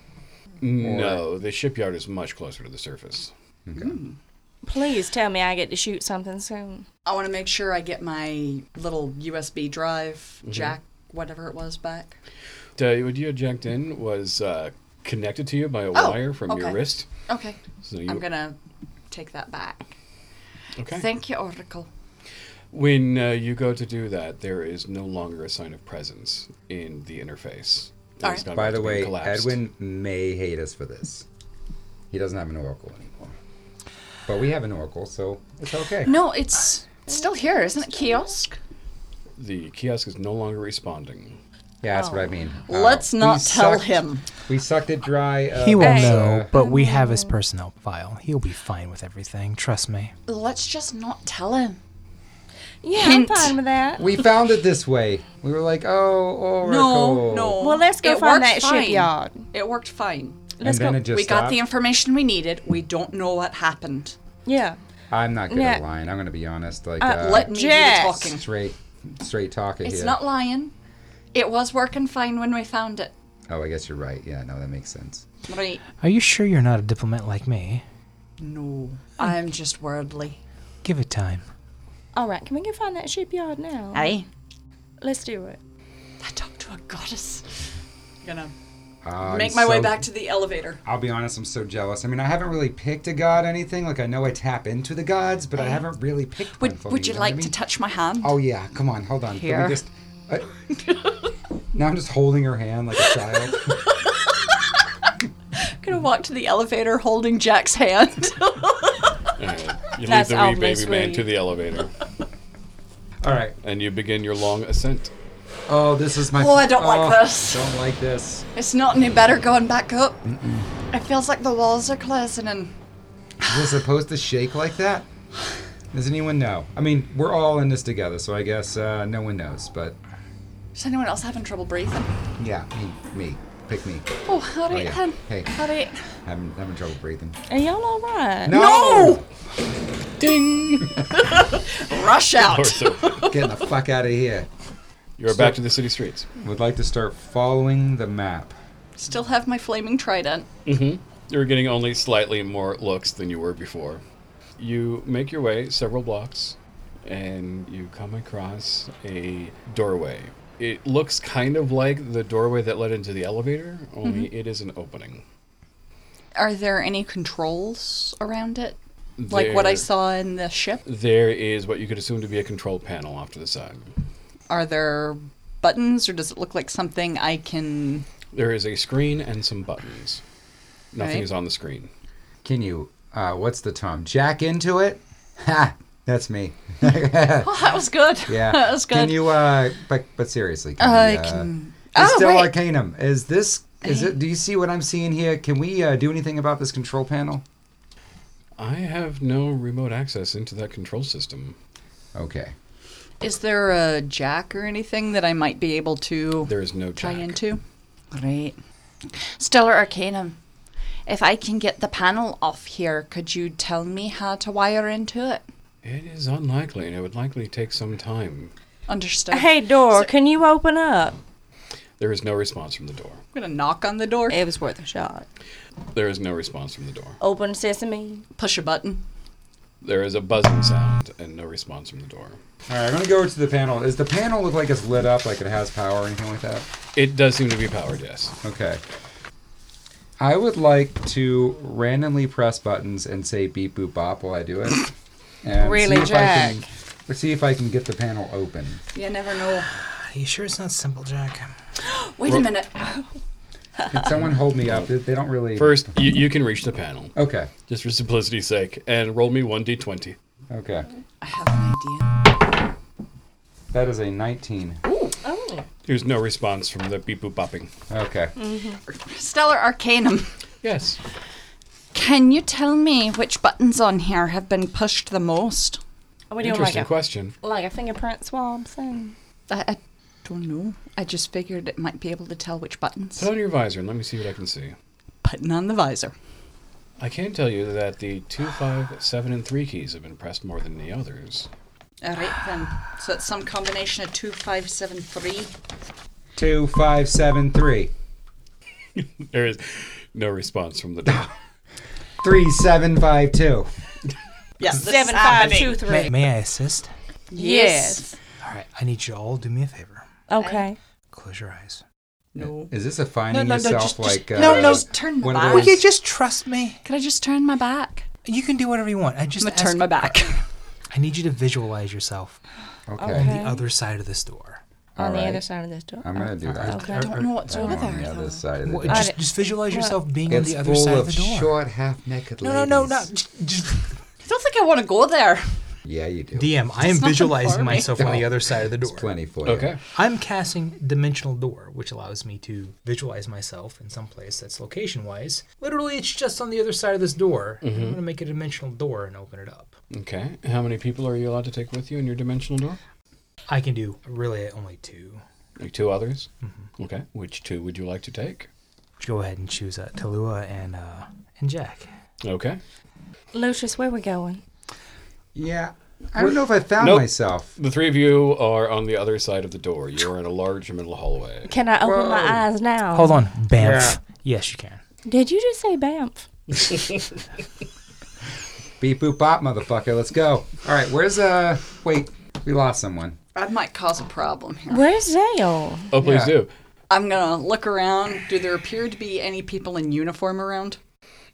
S4: No, the shipyard is much closer to the surface.
S5: Please tell me I get to shoot something soon.
S2: I want to make sure I get my little USB drive,
S4: Mm-hmm.
S2: jack, whatever it was, back.
S4: Uh, what you had jacked in was uh, connected to you by a
S2: Oh,
S4: wire from your
S2: okay.
S4: wrist.
S2: Okay.
S4: So you,
S2: I'm going to take that back.
S4: okay.
S2: Thank you, Oracle.
S4: When uh, you go to do that, there is no longer a sign of presence in the interface. It
S2: All
S4: has
S2: right.
S4: gone
S3: By
S4: back
S3: the
S4: to being
S3: way,
S4: collapsed.
S3: Edwin may hate us for this. He doesn't have an oracle anymore. But we have an oracle, so it's okay.
S2: No, it's still here, isn't it? Kiosk?
S4: the kiosk is no longer responding.
S3: Yeah, that's what I mean. Uh,
S2: Oh. Let's
S3: we
S2: not tell
S3: sucked-
S2: him.
S3: We sucked it dry. Uh,
S6: He will
S5: Hey.
S6: know, but we have his personnel file. He'll be fine with everything. Trust me.
S2: Let's just not tell him.
S5: Yeah,
S2: Hint.
S5: I'm fine with that.
S3: We found it this way. We were like, oh, oracle.
S2: No, no.
S5: Well, let's go
S2: It
S5: find
S2: worked
S5: that
S2: fine.
S5: shipyard.
S2: It worked fine.
S3: And
S5: Let's
S3: then
S5: go.
S3: it just
S2: we got the
S3: stopped.
S2: information we needed. We don't know what happened.
S5: yeah.
S3: I'm not good at
S5: Yeah.
S3: lying. I'm going to be honest. Like,
S5: Uh,
S3: uh,
S2: Let me
S5: Jess.
S2: do the talking.
S3: straight, straight talking
S2: It's
S3: here.
S2: not lying. It was working fine when we found it.
S3: Oh, I guess you're right. Yeah, no, that makes sense.
S2: Right.
S6: Are you sure you're not a diplomat like me?
S2: No. I'm just worldly.
S6: Give it time.
S5: All right, can we go find that shipyard now?
S2: Aye.
S5: Let's do it.
S2: I talked to a goddess. Gonna
S6: Ah,
S3: Uh,
S2: make
S3: I'm
S2: my way
S3: so-
S2: back to the elevator.
S3: I'll be honest, I'm so jealous. I mean, I haven't really picked a god or anything. Like, I know I tap into the gods, but I haven't really picked one.
S2: Would
S3: for
S2: Would
S3: me,
S2: you
S3: know what I
S2: like to
S3: mean?
S2: touch my hand?
S3: Oh yeah, come on, hold on. Let me
S2: Here.
S3: just- I- now I'm just holding her hand like a child.
S2: I'm gonna walk to the elevator holding Jack's hand.
S4: Anyway, you leave
S5: That's
S4: the wee baby
S5: awfully
S4: man
S5: sweet.
S4: to the elevator,
S3: All right.
S4: and you begin your long ascent.
S3: Oh, this is my.
S2: Oh, I don't like this.
S3: Don't like this.
S2: it's not any better going back up. It feels like the walls are closing in.
S3: Is it supposed to shake like that? Does anyone know? I mean, we're all in this together, so I guess uh, no one knows. But
S2: Is anyone else having trouble breathing?
S3: yeah, me, me, pick me.
S2: Oh, all right
S3: yeah.
S2: then.
S3: Hey.
S2: All right.
S3: I'm having trouble breathing.
S5: Are y'all all right?
S3: No!
S2: Rush
S4: Or
S2: out.
S4: so
S3: Getting the fuck out of here.
S4: you're back to the city streets.
S3: Would like to start following the map.
S2: Still have my flaming trident.
S4: You're getting only slightly more looks than you were before. You make your way several blocks and you come across a doorway. It looks kind of like the doorway that led into the elevator, only it is an opening.
S2: Are there any controls around it? Like what I
S4: There-
S2: saw in the ship?
S4: There is what you could assume to be a control panel off to the side.
S2: Are there buttons or does it look like something I can.
S4: There is a screen and some buttons. Nothing
S2: Right.
S4: is on the screen.
S3: Can you? Uh, what's the term? Jack into it? Ha! That's me.
S2: Oh, that was good.
S3: Yeah.
S2: that was good.
S3: Can you? Uh, but but seriously, can
S2: I
S3: we, uh,
S2: can-
S3: It's
S2: Oh,
S3: still
S2: wait.
S3: Arcanum. Is this? Is it? Do you see what I'm seeing here? Can we uh, do anything about this control panel?
S4: I have no remote access into that control system.
S3: Okay.
S2: Is there a jack or anything that I might be able to
S4: There is no
S2: try
S4: jack.
S2: into? Right. Stellar Arcanum, if I can get the panel off here, could you tell me how to wire into it?
S4: It is unlikely, and it would likely take some time
S2: Understood.
S5: Hey, door, can you open up?
S4: There is no response from the door.
S2: I'm gonna knock on the door,
S7: It was worth a shot.
S4: There is no response from the door.
S5: Open sesame.
S2: push a button.
S4: There is a buzzing sound and no response from the door.
S3: All right, I'm gonna go to the panel. Does the panel look like it's lit up, like it has power or anything like that?
S4: It does seem to be powered, yes.
S3: Okay. I would like to randomly press buttons and say beep boop bop while I do it. And
S7: Really,
S3: see if I
S7: Jack?
S3: can, see if I can get the panel open.
S2: You never know.
S6: Are you sure it's not simple, Jack?
S2: Wait a minute.
S3: Can someone hold me up? They- They don't really.
S4: First, you, you can reach the panel,
S3: Okay.
S4: just for simplicity's sake, and roll me 1d20.
S3: Okay.
S2: I have an idea.
S3: That is a 19.
S4: There's no response from the beep boop bopping.
S3: Okay.
S2: Stellar Arcanum.
S4: Yes.
S2: Can you tell me which buttons on here have been pushed the most?
S5: Are we doing like
S4: Interesting
S5: a,
S4: question.
S5: like a fingerprint swab thing?
S2: I, I don't know. I just figured it might be able to tell which buttons.
S4: Put on your visor and let me see what I can see.
S2: Button on the visor.
S4: I can tell you that the 2, 5, 7, and 3 keys have been pressed more than the others.
S2: All right then. So it's some combination of two, five, seven, three.
S3: Two, five, seven, three.
S4: There is no response from the door.
S3: Three, seven, five, two.
S2: Yeah,
S7: Seven, five, two, three.
S6: May, may I assist?
S7: Yes.
S6: All right, I need you all to do me a favor.
S5: Okay.
S6: Close your eyes.
S2: No.
S3: Is this a finding
S6: no, no,
S3: yourself
S6: just- just-
S3: like. uh,
S6: no, no.
S2: Just turn the
S3: one of
S2: back.
S3: those-
S6: Will Oh, you just trust me?
S2: Can I just turn my back?
S6: You can do whatever you want. I just
S2: I'm gonna
S6: ask-
S2: turn my back.
S6: I need you to visualize yourself
S3: Okay.
S6: on
S5: Okay.
S6: the other side of this door.
S3: All
S5: On the
S3: right.
S5: other side of this door.
S3: I'm gonna do that.
S5: Okay.
S6: Or-
S2: I
S6: or-
S2: don't know what's over
S3: on
S2: there
S3: the
S2: though.
S3: other side of the
S6: Well,
S3: door.
S6: just,
S5: it.
S6: just visualize yourself being
S3: It's
S6: on the other
S3: full
S6: side
S3: of
S6: of the door.
S3: short, half-naked
S6: no, no, no,
S3: ladies.
S6: not. j- Just,
S2: I don't think I want to go there.
S3: Yeah, you do.
S6: DM, I am
S2: nothing for
S6: visualizing
S2: me.
S6: myself on the
S3: No.
S6: other side of the
S3: It's
S6: door.
S3: plenty for you.
S4: Okay.
S6: I'm casting Dimensional Door, which allows me to visualize myself in some place that's location wise. Literally, it's just on the other side of this door. I'm
S3: Mm-hmm.
S6: going to make a dimensional door and open it up.
S4: Okay. How many people are you allowed to take with you in your dimensional door?
S6: I can do really only two.
S4: Like two others? Mm-hmm. Okay. Which two would you like to take?
S6: Go ahead and choose uh, Talua and, uh, and Jack.
S4: Okay.
S5: Lucius, where we going?
S3: Yeah. I don't know if I found
S4: Nope.
S3: myself.
S4: The three of you are on the other side of the door. You're in a large middle hallway.
S5: Can I open my eyes now?
S6: Hold on. Banff. Yes, you can.
S5: Did you just say Banff?
S3: Beep boop bop, motherfucker. Let's go. All right. Where's uh? Wait, we lost someone.
S2: I might cause a problem here.
S5: Where's Zale?
S4: Oh, please
S3: Yeah.
S4: do.
S2: I'm gonna look around. Do there appear to be any people in uniform around?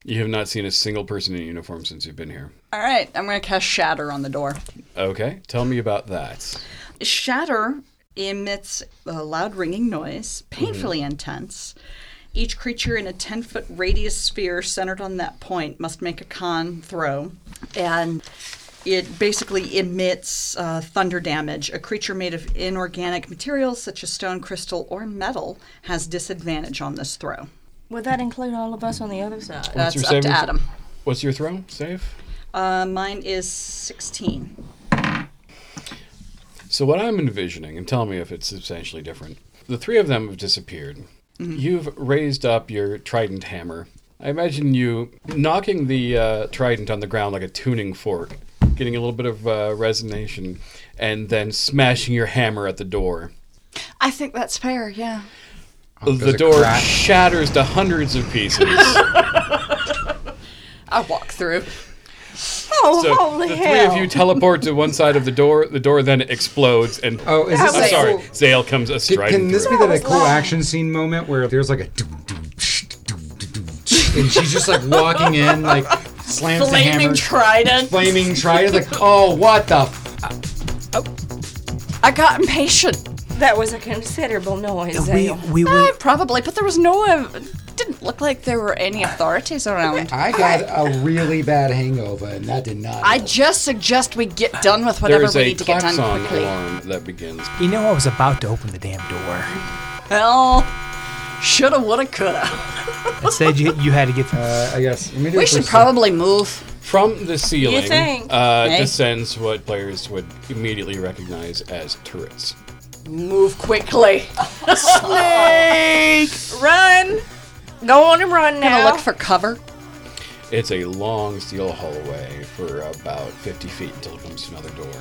S4: You have not seen a single person in uniform since you've been here.
S2: All right, I'm gonna cast Shatter on the door.
S4: Okay. Tell me about that.
S2: Shatter emits a loud ringing noise, painfully
S4: Mm-hmm.
S2: intense. Each creature in a 10 foot radius sphere centered on that point must make a con throw. And it basically emits uh, thunder damage. A creature made of inorganic materials such as stone, crystal, or metal has disadvantage on this throw.
S5: Would that include all of us on the other side?
S4: What's
S2: That's
S4: your
S2: up to
S4: saving th-
S2: Adam.
S4: What's your throw? Save?
S2: Uh, mine is 16.
S4: So what I'm envisioning, and tell me if it's substantially different. The three of them have disappeared.
S2: Mm-hmm.
S4: You've raised up your trident hammer. I imagine you knocking the uh, trident on the ground like a tuning fork, getting a little bit of uh, resonation, and then smashing your hammer at the door.
S2: I think that's fair, yeah.
S3: Oh, there's
S4: the
S3: a
S4: door
S3: crack.
S4: shatters to hundreds of pieces.
S2: I walk through.
S5: Oh,
S4: so
S5: holy
S4: the three
S5: hell.
S4: of you teleport to one side of the door. The door then explodes, and
S3: Oh, is this?
S4: I'm
S3: like-
S4: sorry, Zale comes a
S3: Can,
S4: striding
S3: can this
S4: through.
S3: be the, the cool action scene moment where there's like a doom doom tsh, doom doom doom tsh, and she's just like walking in like slams the hammer,
S2: Flaming trident.
S3: flaming trident. Like, oh, what the? F-
S2: I got impatient.
S5: that was a considerable noise,
S6: We,
S5: Zale.
S6: we,
S2: Eh,
S6: we,
S2: probably, but there was no. Uh, didn't look like there were any authorities around.
S3: I got a really bad hangover, and that did not.
S2: I
S3: help.
S2: just suggest we get done with
S4: There
S2: whatever
S4: is
S2: we
S4: a
S2: need to get done
S4: klaxon
S2: quickly.
S4: alarm that begins.
S6: you know, I was about to open the damn door.
S2: Hell, shoulda, woulda, coulda.
S6: Instead, you, you had to get.
S3: Uh, I guess let me do
S2: We
S3: it
S2: should
S3: for a sec.
S2: probably move.
S4: From the ceiling,
S5: think?
S4: Uh,
S2: Hey.
S4: descends what players would immediately recognize as turrets.
S2: Move quickly.
S5: Run! Go on and run
S2: Gonna
S5: now.
S2: look for cover.
S4: It's a long steel hallway for about 50 feet until it comes to another door.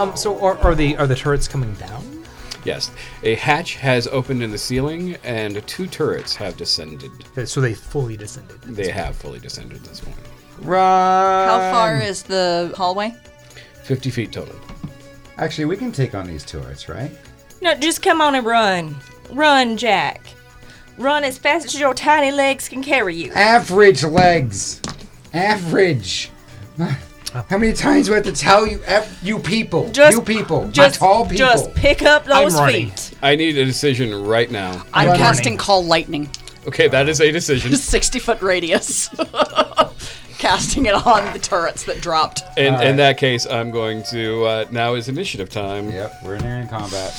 S6: um, so, are, are the are the turrets coming down?
S4: Yes. A hatch has opened in the ceiling, and two turrets have descended.
S6: So they fully descended.
S4: They have fully descended at this point.
S3: Run.
S2: How far is the hallway?
S4: 50 feet total.
S3: Actually, we can take on these turrets, right?
S5: No, just come on and run. Run, Jack. Run as fast as your tiny legs can carry you.
S3: Average legs. Average. How many times do I have to tell you, F you people,
S5: Just
S3: you people,
S5: just,
S3: tall people?
S5: Just pick up those
S6: running.
S5: feet.
S4: I need a decision right now.
S2: I'm
S3: Running.
S2: casting Call Lightning,
S4: Okay, that is a decision.
S2: 60 foot radius. casting it on the turrets that dropped.
S4: In, in that case, I'm going to. Uh, now is initiative time.
S3: Yep, we're in here in combat.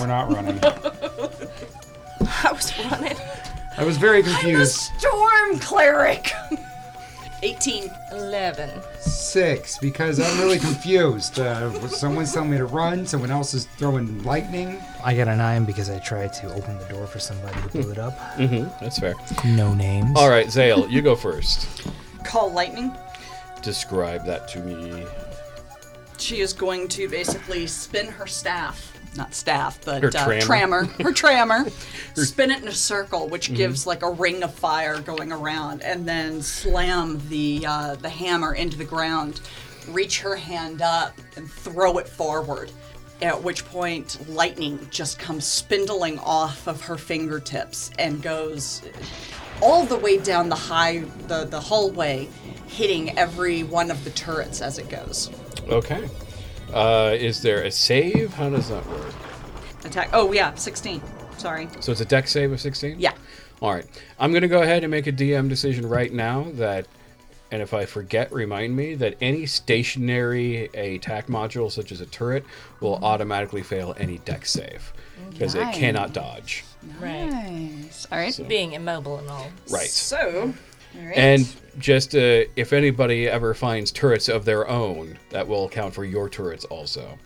S3: We're not running.
S5: I was running.
S3: I was very confused.
S2: Storm Cleric! 18.
S5: 11.
S3: Six, because I'm really confused. Uh, someone's telling me to run. Someone else is throwing lightning.
S6: I got a nine because I tried to open the door for somebody who blew it up. Uh,
S4: That's fair.
S6: No names.
S4: All right, Zale, you go first.
S2: Call Lightning.
S4: Describe that to me.
S2: She is going to basically spin her staff. Not staff, but
S4: Her
S2: uh,
S4: trammer.
S2: trammer. Her trammer. spin it in a circle, which
S4: Mm-hmm.
S2: gives like a ring of fire going around, and then slam the uh, the hammer into the ground. Reach her hand up and throw it forward. At which point, lightning just comes spindling off of her fingertips and goes all the way down the high the, the hallway, hitting every one of the turrets as it goes.
S4: Okay. Uh, is there a save? How does that work?
S2: attack. Oh yeah, 16. Sorry.
S4: So it's a deck save of 16?
S2: Yeah.
S4: All right. I'm going to go ahead and make a DM decision right now that, and if I forget, remind me that any stationary attack module, such as a turret, will automatically fail any deck save because it cannot dodge.
S5: Right.
S2: Nice. All right.
S5: Being immobile and all.
S4: Right.
S2: So, all right.
S4: And just uh, if anybody ever finds turrets of their own, that will count for your turrets also.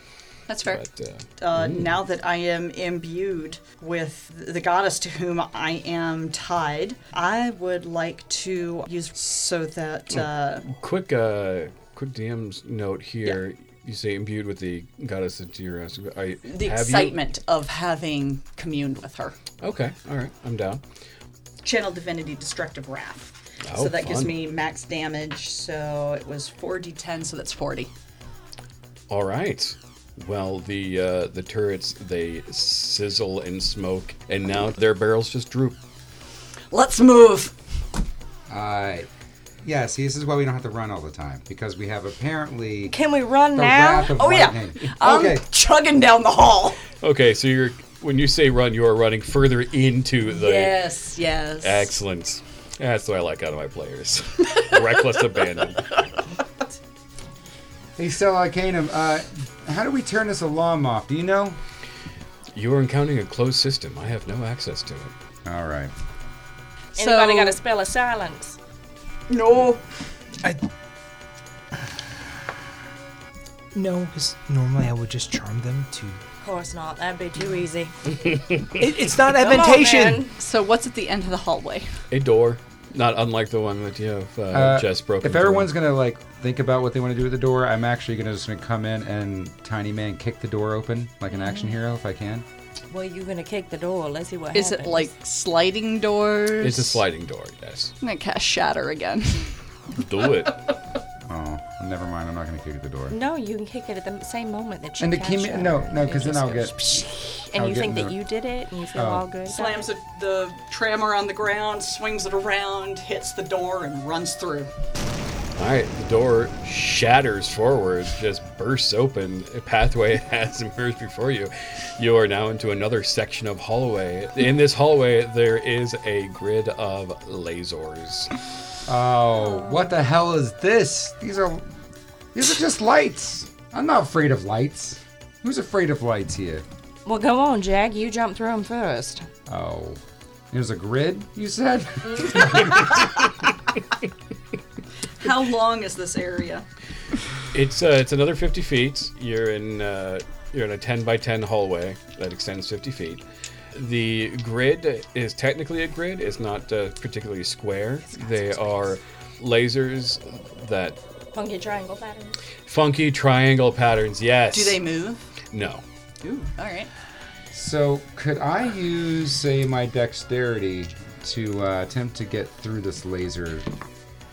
S2: that's fair.
S4: But uh,
S2: Uh, now that I am imbued with the goddess to whom I am tied, I would like to use so
S4: Hmm.
S2: that uh,
S4: quick, uh, quick DM's note here. You say imbued with the goddess of your I,
S2: the excitement of having communed with her.
S4: Okay, all right, I'm down.
S2: Channel divinity, destructive wrath.
S4: Oh,
S2: so that gives
S4: fun.
S2: me max damage. So it was 4d10, so that's 40.
S4: All right. Well, the uh, the turrets they sizzle and smoke, and now their barrels just droop.
S2: Let's move.
S3: Uh, yeah, see, this is why we don't have to run all the time because we have apparently
S5: Can we run
S3: the
S5: now?
S3: wrath of
S2: Oh, yeah.
S3: lightning.
S2: I'm
S3: Okay,
S2: chugging down the hall.
S4: Okay, so you're when you say run, you are running further into the
S2: Yes, yes.
S4: Excellent. That's what I like out of my players. Reckless abandon.
S3: hey, Stella Arcanum, uh, how do we turn this alarm off? Do you know?
S4: You are encountering a closed system. I have no access to it.
S3: All right.
S5: Anybody got a spell of silence?
S2: No.
S6: I. No, because normally I would just charm them to.
S5: Of course not. That'd be too easy.
S6: It, it's not
S5: Come on,
S6: adventation.
S5: man.
S2: So what's at the end of the hallway?
S4: A door, not unlike the one that you have uh,
S3: Uh,
S4: just broken.
S3: If everyone's gonna like think about what they want to do with the door, I'm actually gonna just gonna come in and tiny man kick the door open like an action hero if I can.
S5: Well, you're gonna kick the door. Let's see what
S2: Is
S5: happens.
S2: it like sliding doors?
S4: it's a sliding door. Yes,
S2: I'm gonna cast shatter again.
S4: do it.
S3: Oh, never mind. I'm not gonna kick the door.
S5: No, you can kick it at the same moment that you.
S3: And the
S5: catch
S3: key,
S5: it.
S3: no, no,
S5: It
S3: because then
S5: just
S3: I'll
S5: goes
S3: get.
S5: And
S3: I'll
S5: you
S3: get
S5: think
S3: in
S5: that
S3: the-
S5: you did it, and you feel
S3: Oh.
S5: all good.
S2: Slams a, the trammer on the ground, swings it around, hits the door, and runs through.
S4: All right, the door shatters forward, just bursts open. A pathway has emerged before you. You are now into another section of hallway. In this hallway, there is a grid of lasers.
S3: Oh, what the hell is this? These are, these are just lights. I'm not afraid of lights. Who's afraid of lights here?
S5: Well, go on, Jack. You jump through them first.
S3: Oh, there's a grid. You said.
S2: How long is this area?
S4: It's uh, it's another 50 feet. You're in uh, you're in a 10 by 10 hallway that extends 50 feet. The grid is technically a grid. It's not uh, particularly square. They are lasers that
S5: Funky triangle pattern.
S4: funky triangle patterns. Yes.
S2: Do they move?
S4: No.
S2: Ooh, all right.
S3: So could I use, say, my dexterity to uh, attempt to get through this laser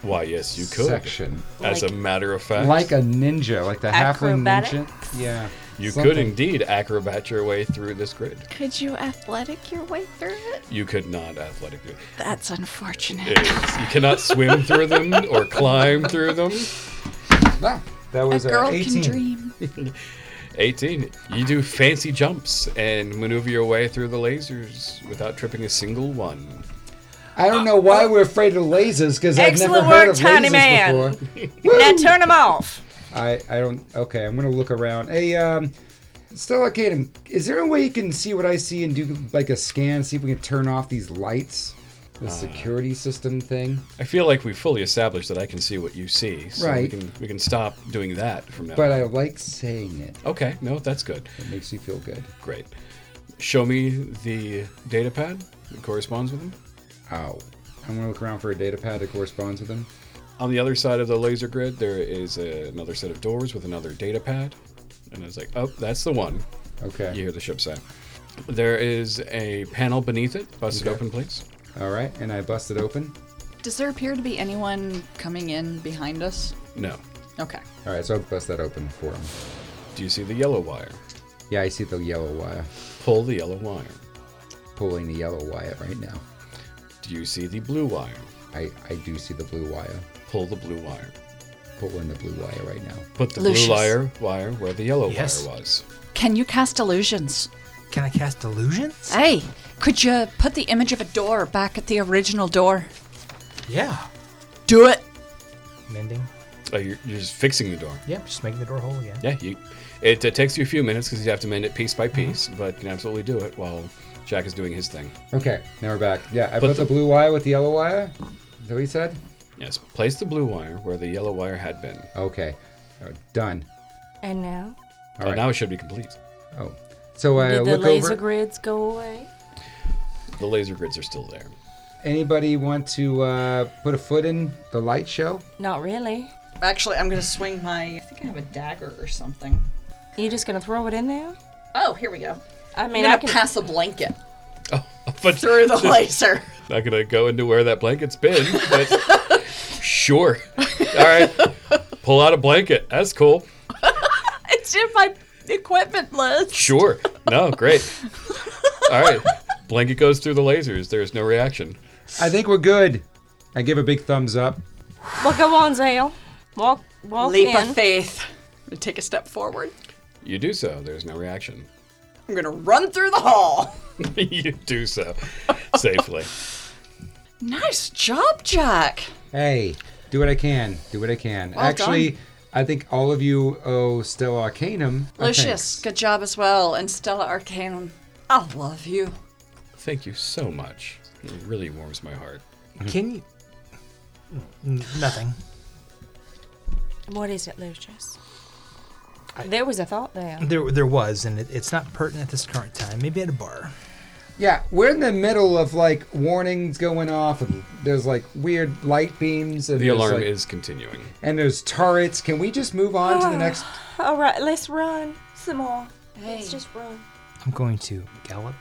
S4: Why, yes, you could.
S3: section?
S4: As
S5: Like-
S4: a matter of fact,
S3: Like a ninja, like the halfling ninja.
S5: Acrobatics?
S3: Yeah.
S4: you
S3: something.
S4: could indeed acrobat your way through this grid.
S8: Could you athletic your way through it?
S4: You could not athletically.
S8: That's unfortunate.
S4: You cannot swim through them or climb through them.
S3: No, that
S2: A
S3: was uh,
S2: girl
S3: 18.
S2: can dream.
S4: 18. You do fancy jumps and maneuver your way through the lasers without tripping a single one.
S3: I don't know why we're afraid of lasers because I've never
S7: Excellent
S3: heard
S7: work,
S3: of
S7: tiny man.
S3: lasers before.
S7: Now turn them off.
S3: I I don't. Okay, I'm gonna look around. Hey, um, Stella Caden, is there a way you can see what I see and do like a scan, see if we can turn off these lights, the security system thing?
S4: I feel like we fully established that I can see what you see. So
S3: Right.
S4: We can, we can stop doing that from now
S3: But
S4: on.
S3: I like saying it.
S4: Okay, no, that's good.
S3: It makes you feel good.
S4: Great. Show me the data pad that corresponds with them.
S3: Ow. I'm gonna look around for a data pad that corresponds with them.
S4: On the other side of the laser grid, there is a, another set of doors with another data pad. And it's like, oh, that's the one.
S3: Okay.
S4: You hear the ship say. There is a panel beneath it. Bust it open, please.
S3: All right, and I bust it open.
S2: Does there appear to be anyone coming in behind us?
S4: No.
S2: Okay.
S3: All right, so I bust that open for him.
S4: Do you see the yellow wire?
S3: Yeah, I see the yellow wire.
S4: Pull the yellow wire.
S3: Pulling the yellow wire right now.
S4: Do you see the blue wire?
S3: I I do see the blue wire.
S4: Pull the blue wire.
S3: Pulling the blue wire right now.
S4: Put the
S2: Lucius.
S4: blue wire wire where the yellow
S6: Yes.
S4: wire was.
S2: Can you cast illusions?
S6: Can I cast
S5: Uh,
S6: illusions?
S2: Hey, could you put the image of a door back at the original door?
S6: Yeah.
S2: Do it.
S6: Mending.
S4: Oh, you're, you're just fixing the door.
S6: Yeah, just make the door whole again.
S4: Yeah, you. It uh, takes you a few minutes because you have to mend it piece by piece, but you can absolutely do it while Jack is doing his thing.
S3: Okay, now we're back. Yeah, I
S4: But
S3: put the,
S4: the-
S3: blue wire with the yellow wire. Is that what he said?
S4: Yes, place the blue wire where the yellow wire had been.
S3: Okay, Uh, done.
S5: And now,
S3: All
S4: Uh,
S3: right.
S4: Now it should be complete.
S3: Oh, so I
S5: did the
S3: look
S5: laser
S3: over.
S5: grids go away?
S4: The laser grids are still there.
S3: Anybody want to uh, put a foot in the light show?
S5: Not really.
S2: Actually, I'm gonna swing my. I think I have a dagger or something.
S5: You just gonna throw it in there?
S2: Oh, here we go.
S5: I
S2: I'm
S5: mean, I
S2: gonna
S5: can.
S2: pass a blanket
S4: Oh, but
S2: through the laser.
S4: not gonna go into where that blanket's been. But sure. All right, pull out a blanket. That's cool.
S2: It's in my equipment list.
S4: Sure. No, great. All right. Blanket goes through the lasers. There's no reaction.
S3: I think we're good. I give a big thumbs up.
S5: Well, go on, Zale. Walk, walk
S2: Leap
S5: in.
S2: of faith. I'm gonna take a step forward.
S4: You do so. There's no reaction.
S2: I'm gonna run through the hall.
S4: you do so safely.
S2: Nice job, Jack.
S3: Hey, do what I can. Do what I can.
S2: Well
S3: Actually, I think all of you owe Stella Arcanum. a
S2: Lucius,
S3: Oh, thanks.
S2: good job as well. And Stella Arcanum, I love you.
S4: Thank you so much. It really warms my heart.
S6: Can you? N- nothing.
S5: What is it, Lucius? there was a thought there.
S6: There, there was, and it, it's not pertinent at this current time. Maybe at a bar.
S3: Yeah, we're in the middle of like warnings going off, and there's like weird light beams. And
S4: The
S3: there's,
S4: alarm
S3: like-
S4: is continuing.
S3: And there's turrets. Can we just move on to the next?
S5: All right, let's run some more.
S2: Hey,
S5: Let's just run.
S6: I'm going to gallop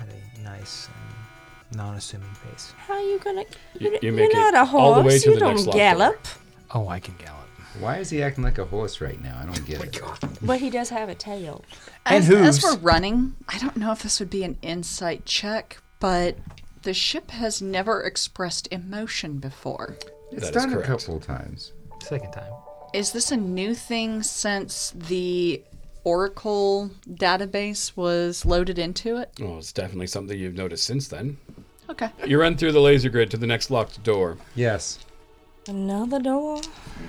S6: at a nice, um, non-assuming pace.
S5: How are you gonna?
S4: You-
S5: You,
S4: you
S5: you
S4: make
S5: are
S4: it
S5: not a horse.
S4: all the way to
S5: you
S4: the
S5: don't
S4: next lockdown.
S5: gallop.
S6: Oh, I can gallop.
S3: Why is he acting like a horse right now? I don't get it.
S5: But he does have a tail.
S6: And
S2: as, as
S6: hooves.
S2: we're running, I don't know if this would be an insight check, but the ship has never expressed emotion before.
S3: It's
S4: That is
S3: done a
S4: correct.
S3: couple times.
S6: Second time.
S2: Is this a new thing since the Oracle database was loaded into it?
S4: Well, it's definitely something you've noticed since then.
S2: Okay.
S4: You run through the laser grid to the next locked door.
S3: Yes.
S5: Another door.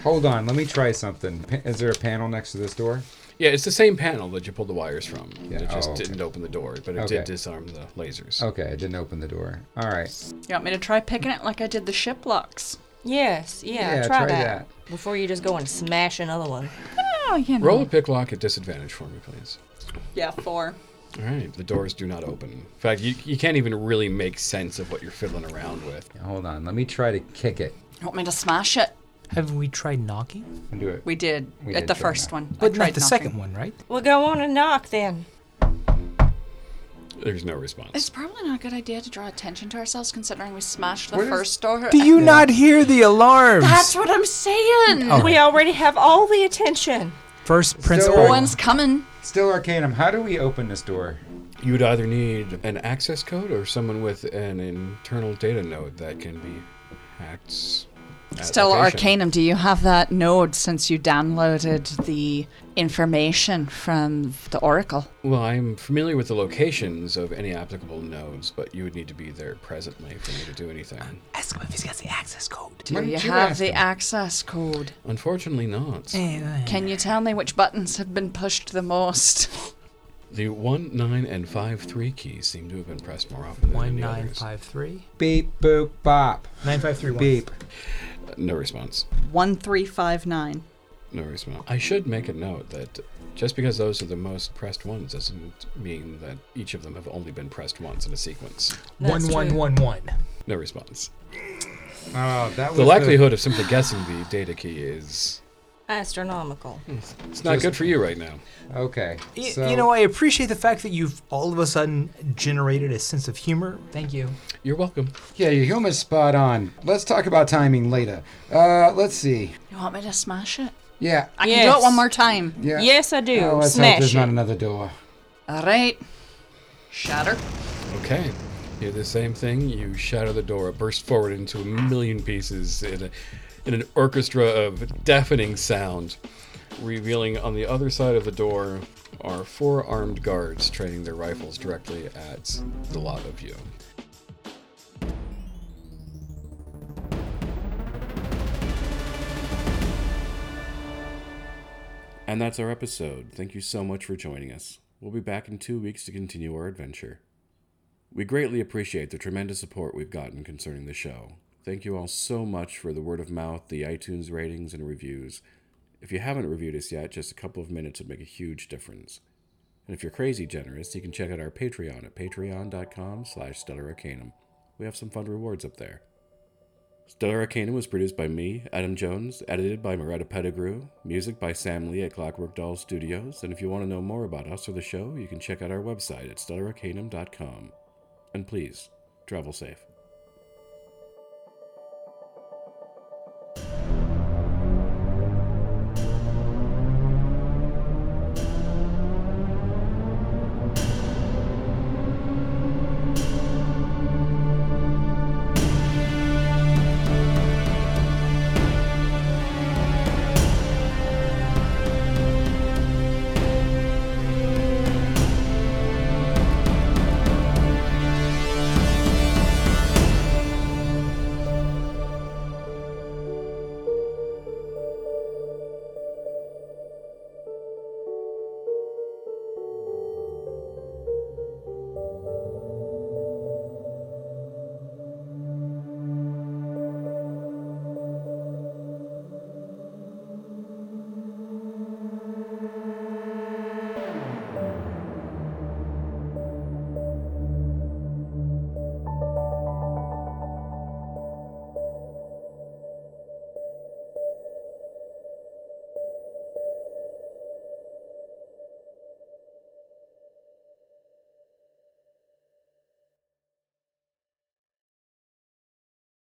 S3: Hold on, let me try something. Pa- Is there a panel next to this door?
S4: Yeah, it's the same panel that you pulled the wires from.
S3: Yeah,
S4: It just
S3: oh, okay.
S4: didn't open the door, but it
S3: Okay.
S4: did disarm the lasers.
S3: Okay, I didn't open the door. All right.
S2: You want me to try picking it like I did the ship locks?
S5: Yes, yeah.
S3: Yeah,
S5: try,
S3: try
S5: that. before you just go and smash another one.
S2: Oh, you know.
S4: Roll a pick lock at disadvantage for me, please.
S2: Yeah, four.
S4: All right, the doors do not open. In fact, you, you can't even really make sense of what you're fiddling around with.
S3: Hold on, let me try to kick it
S2: You want me to smash it?
S6: Have we tried knocking?
S3: and do it.
S2: We did
S3: We
S2: at
S3: did
S2: the
S3: try
S2: first
S3: that.
S2: one. I
S6: But
S2: tried
S6: not the
S2: knocking.
S6: second one, right?
S5: Well, go on and knock then.
S1: There's no response.
S2: It's probably not a good idea to draw attention to ourselves considering we smashed the
S3: What is-
S2: first door.
S6: Do you not hear the alarms?
S2: That's what I'm saying.
S6: Oh.
S5: We already have all the attention.
S6: First
S2: No
S6: principle.
S2: one's coming.
S3: Still Arcanum, how do we open this door?
S1: You'd either need an access code or someone with an internal data node that can be hacked. at
S8: Stellar
S1: location.
S8: Arcanum, do you have that node since you downloaded the information from the Oracle?
S1: Well, I'm familiar with the locations of any applicable nodes, but you would need to be there presently for me to do anything.
S6: Ask him if he's got the access code.
S8: Do
S3: Why don't
S8: you
S3: you
S8: have
S3: ask
S8: the
S3: him?
S8: access code?
S1: Unfortunately, not.
S6: Eh.
S8: Can you tell me which buttons have been pushed the most?
S1: The 1, 9, and 5, 3 keys seem to have been pressed more often than
S6: One
S1: any
S6: nine
S1: others.
S6: five three.
S3: Beep, boop, bop.
S6: Nine five three one.
S3: Beep.
S1: Uh, No response.
S8: 1359.
S1: No response. I should make a note that just because those are the most pressed ones doesn't mean that each of them have only been pressed once in a sequence.
S9: That's
S6: One one
S9: true.
S6: one one.
S1: No response.
S3: Oh, that was
S1: The likelihood of simply guessing the data key is
S9: Astronomical.
S1: it's not good for you right now.
S3: Okay.
S6: Y-
S3: so-
S6: you know, I appreciate the fact that you've all of a sudden generated a sense of humor. Thank you.
S1: You're welcome.
S3: Yeah, your humor's spot on. Let's talk about timing later. Uh, let's see.
S2: You want me to smash it?
S3: Yeah.
S2: I can do
S5: Yes.
S2: it one more time.
S3: Yeah.
S5: Yes, I do.
S3: Oh, let's hope
S5: Smash
S3: there's not
S5: it.
S3: another door.
S8: All right. Shatter.
S1: Okay. You do the same thing. You shatter the door, burst forward into a million pieces in, a, in an orchestra of deafening sound, revealing on the other side of the door are four armed guards training their rifles directly at the lot of you.
S10: And that's our episode. Thank you so much for joining us. We'll be back in two weeks to continue our adventure. We greatly appreciate the tremendous support we've gotten concerning the show. Thank you all so much for the word of mouth, the iTunes ratings, and reviews. If you haven't reviewed us yet, just a couple of minutes would make a huge difference. And if you're crazy generous, you can check out our Patreon at patreon.com slash Stellar Arcanum. We have some fun rewards up there. Stellar Arcanum was produced by me, Adam Jones, edited by Moretta Pettigrew, music by Sam Lee at Clockwork Doll Studios, and if you want to know more about us or the show, you can check out our website at stellararcanum.com. And please, travel safe.